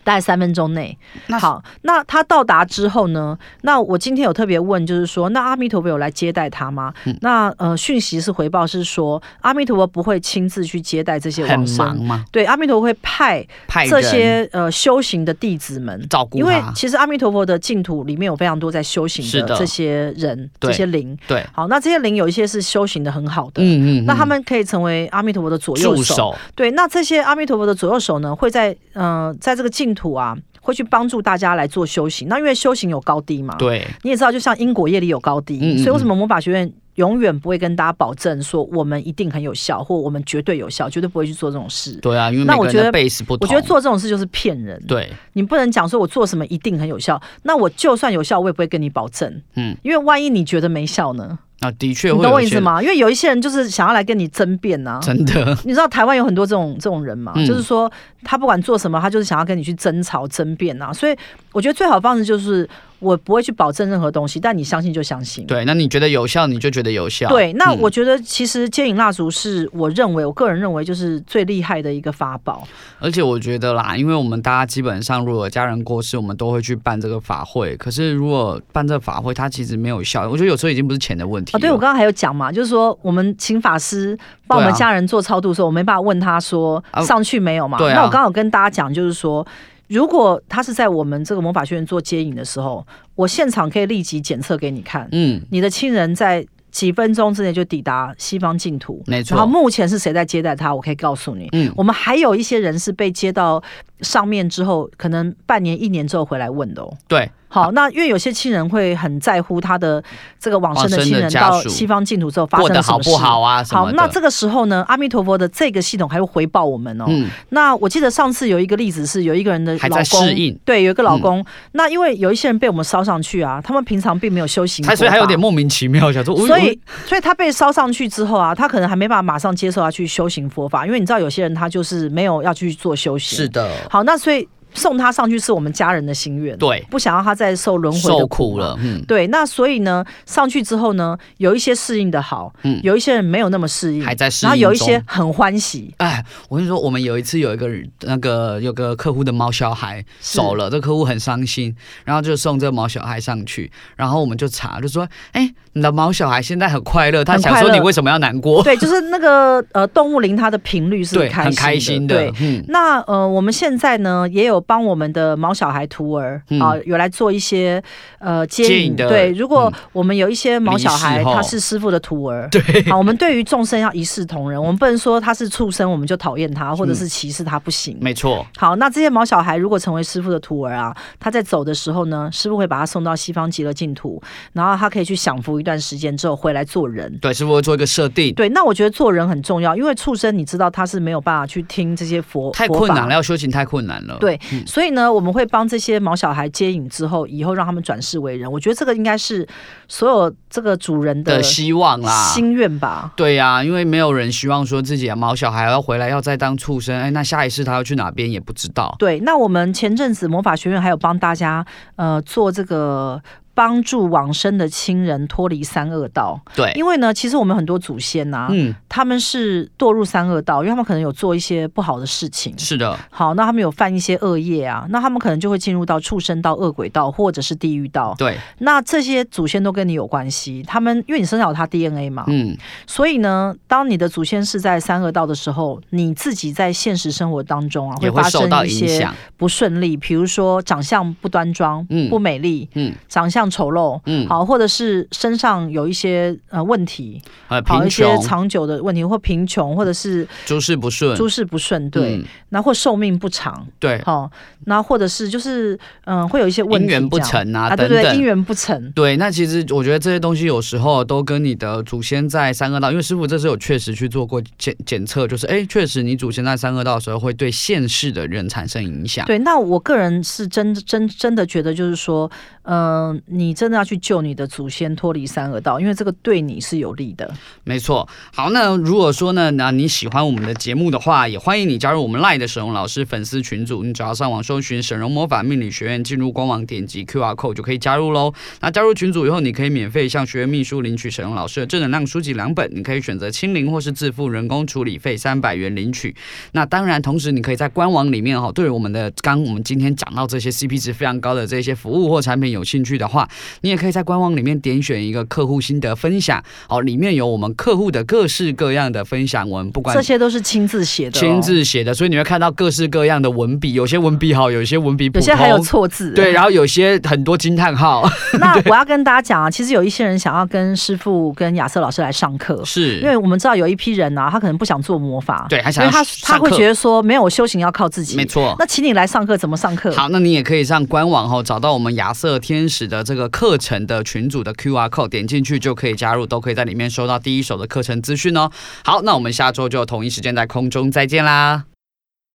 [SPEAKER 2] 大概三分钟内，
[SPEAKER 3] 那是
[SPEAKER 2] 好，那他到达之后呢？那我今天有特别问，就是说，那阿弥陀佛有来接待他吗？
[SPEAKER 3] 嗯
[SPEAKER 2] 那呃，讯息是回报是说，阿弥陀佛不会亲自去接待这些
[SPEAKER 3] 很
[SPEAKER 2] 往
[SPEAKER 3] 忙
[SPEAKER 2] 生，
[SPEAKER 3] 嘛，
[SPEAKER 2] 对，阿弥陀佛会派
[SPEAKER 3] 派
[SPEAKER 2] 这
[SPEAKER 3] 人
[SPEAKER 2] 些呃修行的弟子们
[SPEAKER 3] 照顾
[SPEAKER 2] 因为
[SPEAKER 3] 他，
[SPEAKER 2] 其实阿弥陀佛的净土里面有非常多在修
[SPEAKER 3] 是
[SPEAKER 2] 行的
[SPEAKER 3] 的
[SPEAKER 2] 这些人、
[SPEAKER 3] 对
[SPEAKER 2] 这些灵。
[SPEAKER 3] 对，
[SPEAKER 2] 好，那这些灵有一些是修行的很好的，
[SPEAKER 3] 嗯嗯，
[SPEAKER 2] 呃那他
[SPEAKER 3] 嗯
[SPEAKER 2] 们可以成为阿弥陀佛的左右
[SPEAKER 3] 助
[SPEAKER 2] 手。啊
[SPEAKER 3] 手，
[SPEAKER 2] 对，那这些阿弥陀佛的左右手呢，会在呃，在这个净土啊，会去帮助大家来做修行。那因为修行有高低嘛，
[SPEAKER 3] 对，
[SPEAKER 2] 你也知道，就像因果业力有高低，
[SPEAKER 3] 嗯嗯
[SPEAKER 2] 所以为什
[SPEAKER 3] 嗯
[SPEAKER 2] 么魔法学院永远不会跟大家保证说我们一定很有效，或我们绝对有效，绝对不会去做这种事。
[SPEAKER 3] 对啊，因为
[SPEAKER 2] 那
[SPEAKER 3] 每
[SPEAKER 2] 我
[SPEAKER 3] 个
[SPEAKER 2] 觉
[SPEAKER 3] 人
[SPEAKER 2] 得
[SPEAKER 3] 的 base 不
[SPEAKER 2] 我
[SPEAKER 3] 同，
[SPEAKER 2] 觉得做这种事就是骗人。
[SPEAKER 3] 对，
[SPEAKER 2] 你不能讲说我做什么一定很有效，那我就算有效，我也不会跟你保证，
[SPEAKER 3] 嗯，
[SPEAKER 2] 因为万一你觉得没效呢？
[SPEAKER 3] 啊，的
[SPEAKER 2] 你
[SPEAKER 3] 确会
[SPEAKER 2] 懂
[SPEAKER 3] 有
[SPEAKER 2] 我
[SPEAKER 3] 一
[SPEAKER 2] 意
[SPEAKER 3] 些
[SPEAKER 2] 思吗？因为有一些人就是想要来跟你争辩呐、
[SPEAKER 3] 真的，
[SPEAKER 2] 你知道台湾有很多这种这种人嘛，
[SPEAKER 3] 嗯
[SPEAKER 2] 就是说他不管做什么，他就是想要跟你去争吵、争辩呐、所以我觉得最好的方式就是我不会去保证任何东西，但你相信就相信。
[SPEAKER 3] 对，那你觉得有效，你就觉得有效。
[SPEAKER 2] 对，那
[SPEAKER 3] 嗯
[SPEAKER 2] 我觉得其实接引蜡烛是我认为，我个人认为就是最厉害的一个法宝。
[SPEAKER 3] 而且我觉得啦，因为我们大家基本上如果有家人过世，我们都会去办这个法会。可是如果办这个法会，它其实没有效。我觉得有时候已经不是钱的问题
[SPEAKER 2] 啊，对，我
[SPEAKER 3] 了
[SPEAKER 2] 刚刚还有讲嘛，就是说我们请法师帮我们
[SPEAKER 3] 对啊
[SPEAKER 2] 家人做超度的时候，我没办法问他说
[SPEAKER 3] 啊
[SPEAKER 2] 上去没有嘛。
[SPEAKER 3] 对啊
[SPEAKER 2] 那我刚好跟大家讲，就是说，如果他是在我们这个魔法学院做接引的时候，我现场可以立即检测给你看，
[SPEAKER 3] 嗯，
[SPEAKER 2] 你的亲人在几分钟之内就抵达西方净土。
[SPEAKER 3] 没
[SPEAKER 2] 然后
[SPEAKER 3] 错，
[SPEAKER 2] 目前是谁在接待他？我可以告诉你，
[SPEAKER 3] 嗯，
[SPEAKER 2] 我们还有一些人是被接到上面之后，可能半年、一年之后回来问的哦。
[SPEAKER 3] 对，
[SPEAKER 2] 好，那因为有些亲人会很在乎他的这个往生的亲
[SPEAKER 3] 往生的
[SPEAKER 2] 人
[SPEAKER 3] 家
[SPEAKER 2] 到
[SPEAKER 3] 属
[SPEAKER 2] 西方净土之后发
[SPEAKER 3] 过
[SPEAKER 2] 生
[SPEAKER 3] 得
[SPEAKER 2] 了什
[SPEAKER 3] 好
[SPEAKER 2] 么
[SPEAKER 3] 不
[SPEAKER 2] 事。
[SPEAKER 3] 好啊什
[SPEAKER 2] 好，
[SPEAKER 3] 么的。
[SPEAKER 2] 那这个时候呢，阿弥陀佛的这个系统还会回报我们哦。
[SPEAKER 3] 嗯，
[SPEAKER 2] 那我记得上次有一个例子是，有一个人的
[SPEAKER 3] 还
[SPEAKER 2] 老
[SPEAKER 3] 在适
[SPEAKER 2] 公，
[SPEAKER 3] 应，嗯
[SPEAKER 2] 对，有一个老公。那因为有一些人被我们烧上去啊，他们平常并没有修行佛法，
[SPEAKER 3] 他哎所以还有点莫名其妙，想说，哎
[SPEAKER 2] 所
[SPEAKER 3] 我
[SPEAKER 2] 以，所以他被烧上去之后啊，他可能还没办法马上接受他去修行佛法，因为你知道有些人他就是没有要去做修行。
[SPEAKER 3] 是的，
[SPEAKER 2] 好，那所以送他上去是我们家人的心愿，
[SPEAKER 3] 对，
[SPEAKER 2] 不想要他再受轮回的
[SPEAKER 3] 受
[SPEAKER 2] 苦
[SPEAKER 3] 苦
[SPEAKER 2] 嘛
[SPEAKER 3] 了，嗯，
[SPEAKER 2] 对，那所以呢，上去之后呢，有一些适应的好，
[SPEAKER 3] 嗯
[SPEAKER 2] 有一些人没有那么适应，
[SPEAKER 3] 还在适应
[SPEAKER 2] 然后有一些
[SPEAKER 3] 中
[SPEAKER 2] 很欢喜，
[SPEAKER 3] 哎，我跟你说，我们有一次有一个人那个有个客户的毛小孩
[SPEAKER 2] 是
[SPEAKER 3] 走了，这客户很伤心，然后就送这个毛小孩上去，然后我们就查，就说，哎，你的毛小孩现在很快乐，他
[SPEAKER 2] 很
[SPEAKER 3] 想
[SPEAKER 2] 快乐
[SPEAKER 3] 说你为什么要 难 过？
[SPEAKER 2] 对，就是那个呃动物灵它的频率是
[SPEAKER 3] 对，
[SPEAKER 2] 开
[SPEAKER 3] 很
[SPEAKER 2] 心的，
[SPEAKER 3] 开心的
[SPEAKER 2] 对。，
[SPEAKER 3] 嗯，
[SPEAKER 2] 那呃，我们现在呢也有帮我们的毛小孩徒儿
[SPEAKER 3] 嗯
[SPEAKER 2] 啊，有来做一些呃接
[SPEAKER 3] 接
[SPEAKER 2] 引。
[SPEAKER 3] 引的
[SPEAKER 2] 对，如果
[SPEAKER 3] 嗯
[SPEAKER 2] 我们有一些毛小
[SPEAKER 3] 离
[SPEAKER 2] 孩，
[SPEAKER 3] 世后
[SPEAKER 2] 他是师傅的徒儿，对，好，我们对于众生要一视同仁，我们不能说他是畜生我们就讨厌他，或
[SPEAKER 3] 嗯
[SPEAKER 2] 者是歧视他不行。
[SPEAKER 3] 没错，
[SPEAKER 2] 好，那这些毛小孩如果成为师傅的徒儿啊，他在走的时候呢，师傅会把他送到西方极乐净土，然后他可以去享福一段时间之后回来做人。
[SPEAKER 3] 对，是不是会做一个设定？
[SPEAKER 2] 对，那我觉得做人很重要，因为畜生你知道他是没有办法去听这些佛
[SPEAKER 3] 太
[SPEAKER 2] 佛
[SPEAKER 3] 困
[SPEAKER 2] 法
[SPEAKER 3] 难了，要修行太困难了。嗯
[SPEAKER 2] 对，所以呢，我们会帮这些毛小孩接引之后，以后让他们转世为人。我觉得这个应该是所有这个主人的
[SPEAKER 3] 的希望啦。
[SPEAKER 2] 心愿吧。
[SPEAKER 3] 对呀、因为没有人希望说自己的毛小孩要回来要再当畜生，哎，那下一世他要去哪边也不知道。
[SPEAKER 2] 对，那我们前阵子魔法学院还有帮大家呃做这个。帮助往生的亲人脱离三恶道，
[SPEAKER 3] 对，
[SPEAKER 2] 因为呢，其实我们很多祖先呐、
[SPEAKER 3] 哎嗯，
[SPEAKER 2] 他们是堕入三恶道，因为他们可能有做一些不好的事情。
[SPEAKER 3] 是的，
[SPEAKER 2] 好，那他们有犯一些恶业啊，那他们可能就会进入到畜生道、恶鬼道或者是地狱道。
[SPEAKER 3] 对，
[SPEAKER 2] 那这些祖先都跟你有关系，他们因为你身上有他 DNA 嘛，
[SPEAKER 3] 嗯，
[SPEAKER 2] 所以呢，当你的祖先是在三恶道的时候，你自己在现实生活当中啊，
[SPEAKER 3] 也会
[SPEAKER 2] 发
[SPEAKER 3] 受
[SPEAKER 2] 生
[SPEAKER 3] 到
[SPEAKER 2] 一
[SPEAKER 3] 影
[SPEAKER 2] 些
[SPEAKER 3] 响。
[SPEAKER 2] 不顺利，比如说长相不端庄、
[SPEAKER 3] 嗯
[SPEAKER 2] 不美丽、
[SPEAKER 3] 嗯
[SPEAKER 2] 长相丑陋，
[SPEAKER 3] 嗯，
[SPEAKER 2] 好，或者是身上有一些呃问题，
[SPEAKER 3] 呃，
[SPEAKER 2] 好
[SPEAKER 3] 贫
[SPEAKER 2] 一些
[SPEAKER 3] 穷、
[SPEAKER 2] 长久的问题，或贫穷，或者是
[SPEAKER 3] 诸事不顺，
[SPEAKER 2] 诸事不顺，对，
[SPEAKER 3] 嗯
[SPEAKER 2] 那、或寿命不长，
[SPEAKER 3] 对，
[SPEAKER 2] 好、那或者是就是嗯、会有一些问题
[SPEAKER 3] 姻缘不
[SPEAKER 2] 这样
[SPEAKER 3] 成啊，
[SPEAKER 2] 啊，对
[SPEAKER 3] 等
[SPEAKER 2] 对，姻
[SPEAKER 3] 等。
[SPEAKER 2] 缘不成。
[SPEAKER 3] 对，那其实我觉得这些东西有时候都跟你的祖先在三恶道，因为师傅这次有确实去做过检检测，就是哎，确实你祖先在三恶道的时候会对现世的人产生影响。
[SPEAKER 2] 对，那我个人是真真真的觉得，就是说，嗯、你真的要去救你的祖先脱离三恶道，因为这个对你是有利的。
[SPEAKER 3] 没错，好，那如果说呢，那你喜欢我们的节目的话，也欢迎你加入我们赖的沈荣老师粉丝群组，你只要上网搜寻“沈荣魔法命理学院”，进入官网点击 Q R code 就可以加入喽。那加入群组以后，你可以免费向学院秘书领取沈荣老师的正能量书籍两本，你可以选择清零或是自付人工处理费三百元领取。那当然，同时你可以在官网里面哈、哦，对于我们的刚我们今天讲到这些 CP 值非常高的这些服务或产品有兴趣的话，你也可以在官网里面点选一个客户心得分享，哦，里面有我们客户的各式各样的分享文，不管
[SPEAKER 2] 这些都是亲自写的、哦，
[SPEAKER 3] 亲，自写的，所以你会看到各式各样的文笔，有些文笔好，有些文笔普
[SPEAKER 2] 有
[SPEAKER 3] 通，
[SPEAKER 2] 些还有错字。
[SPEAKER 3] 对，然后有些很多惊叹 号，
[SPEAKER 2] 那我要跟大家讲啊，其实有一些人想要跟师傅、跟亚瑟老师来上课，因
[SPEAKER 3] 是，
[SPEAKER 2] 为我们知道有一批人啊，他可能不想做魔法，，
[SPEAKER 3] 对，
[SPEAKER 2] 啊
[SPEAKER 3] 还
[SPEAKER 2] 因
[SPEAKER 3] 想
[SPEAKER 2] 为
[SPEAKER 3] 要
[SPEAKER 2] 他他
[SPEAKER 3] 上
[SPEAKER 2] 会
[SPEAKER 3] 课
[SPEAKER 2] 觉得说，没有我修行要靠自己，
[SPEAKER 3] 没。错。
[SPEAKER 2] 那请你来上课，怎么上课？
[SPEAKER 3] 好，那你也可以上官网哦，找到我们亚瑟天使的这个课程的群组的 Q R code，点进去就可以加入，都可以在里面收到第一手的课程资讯哦。好，那我们下周就同一时间在空中再见啦。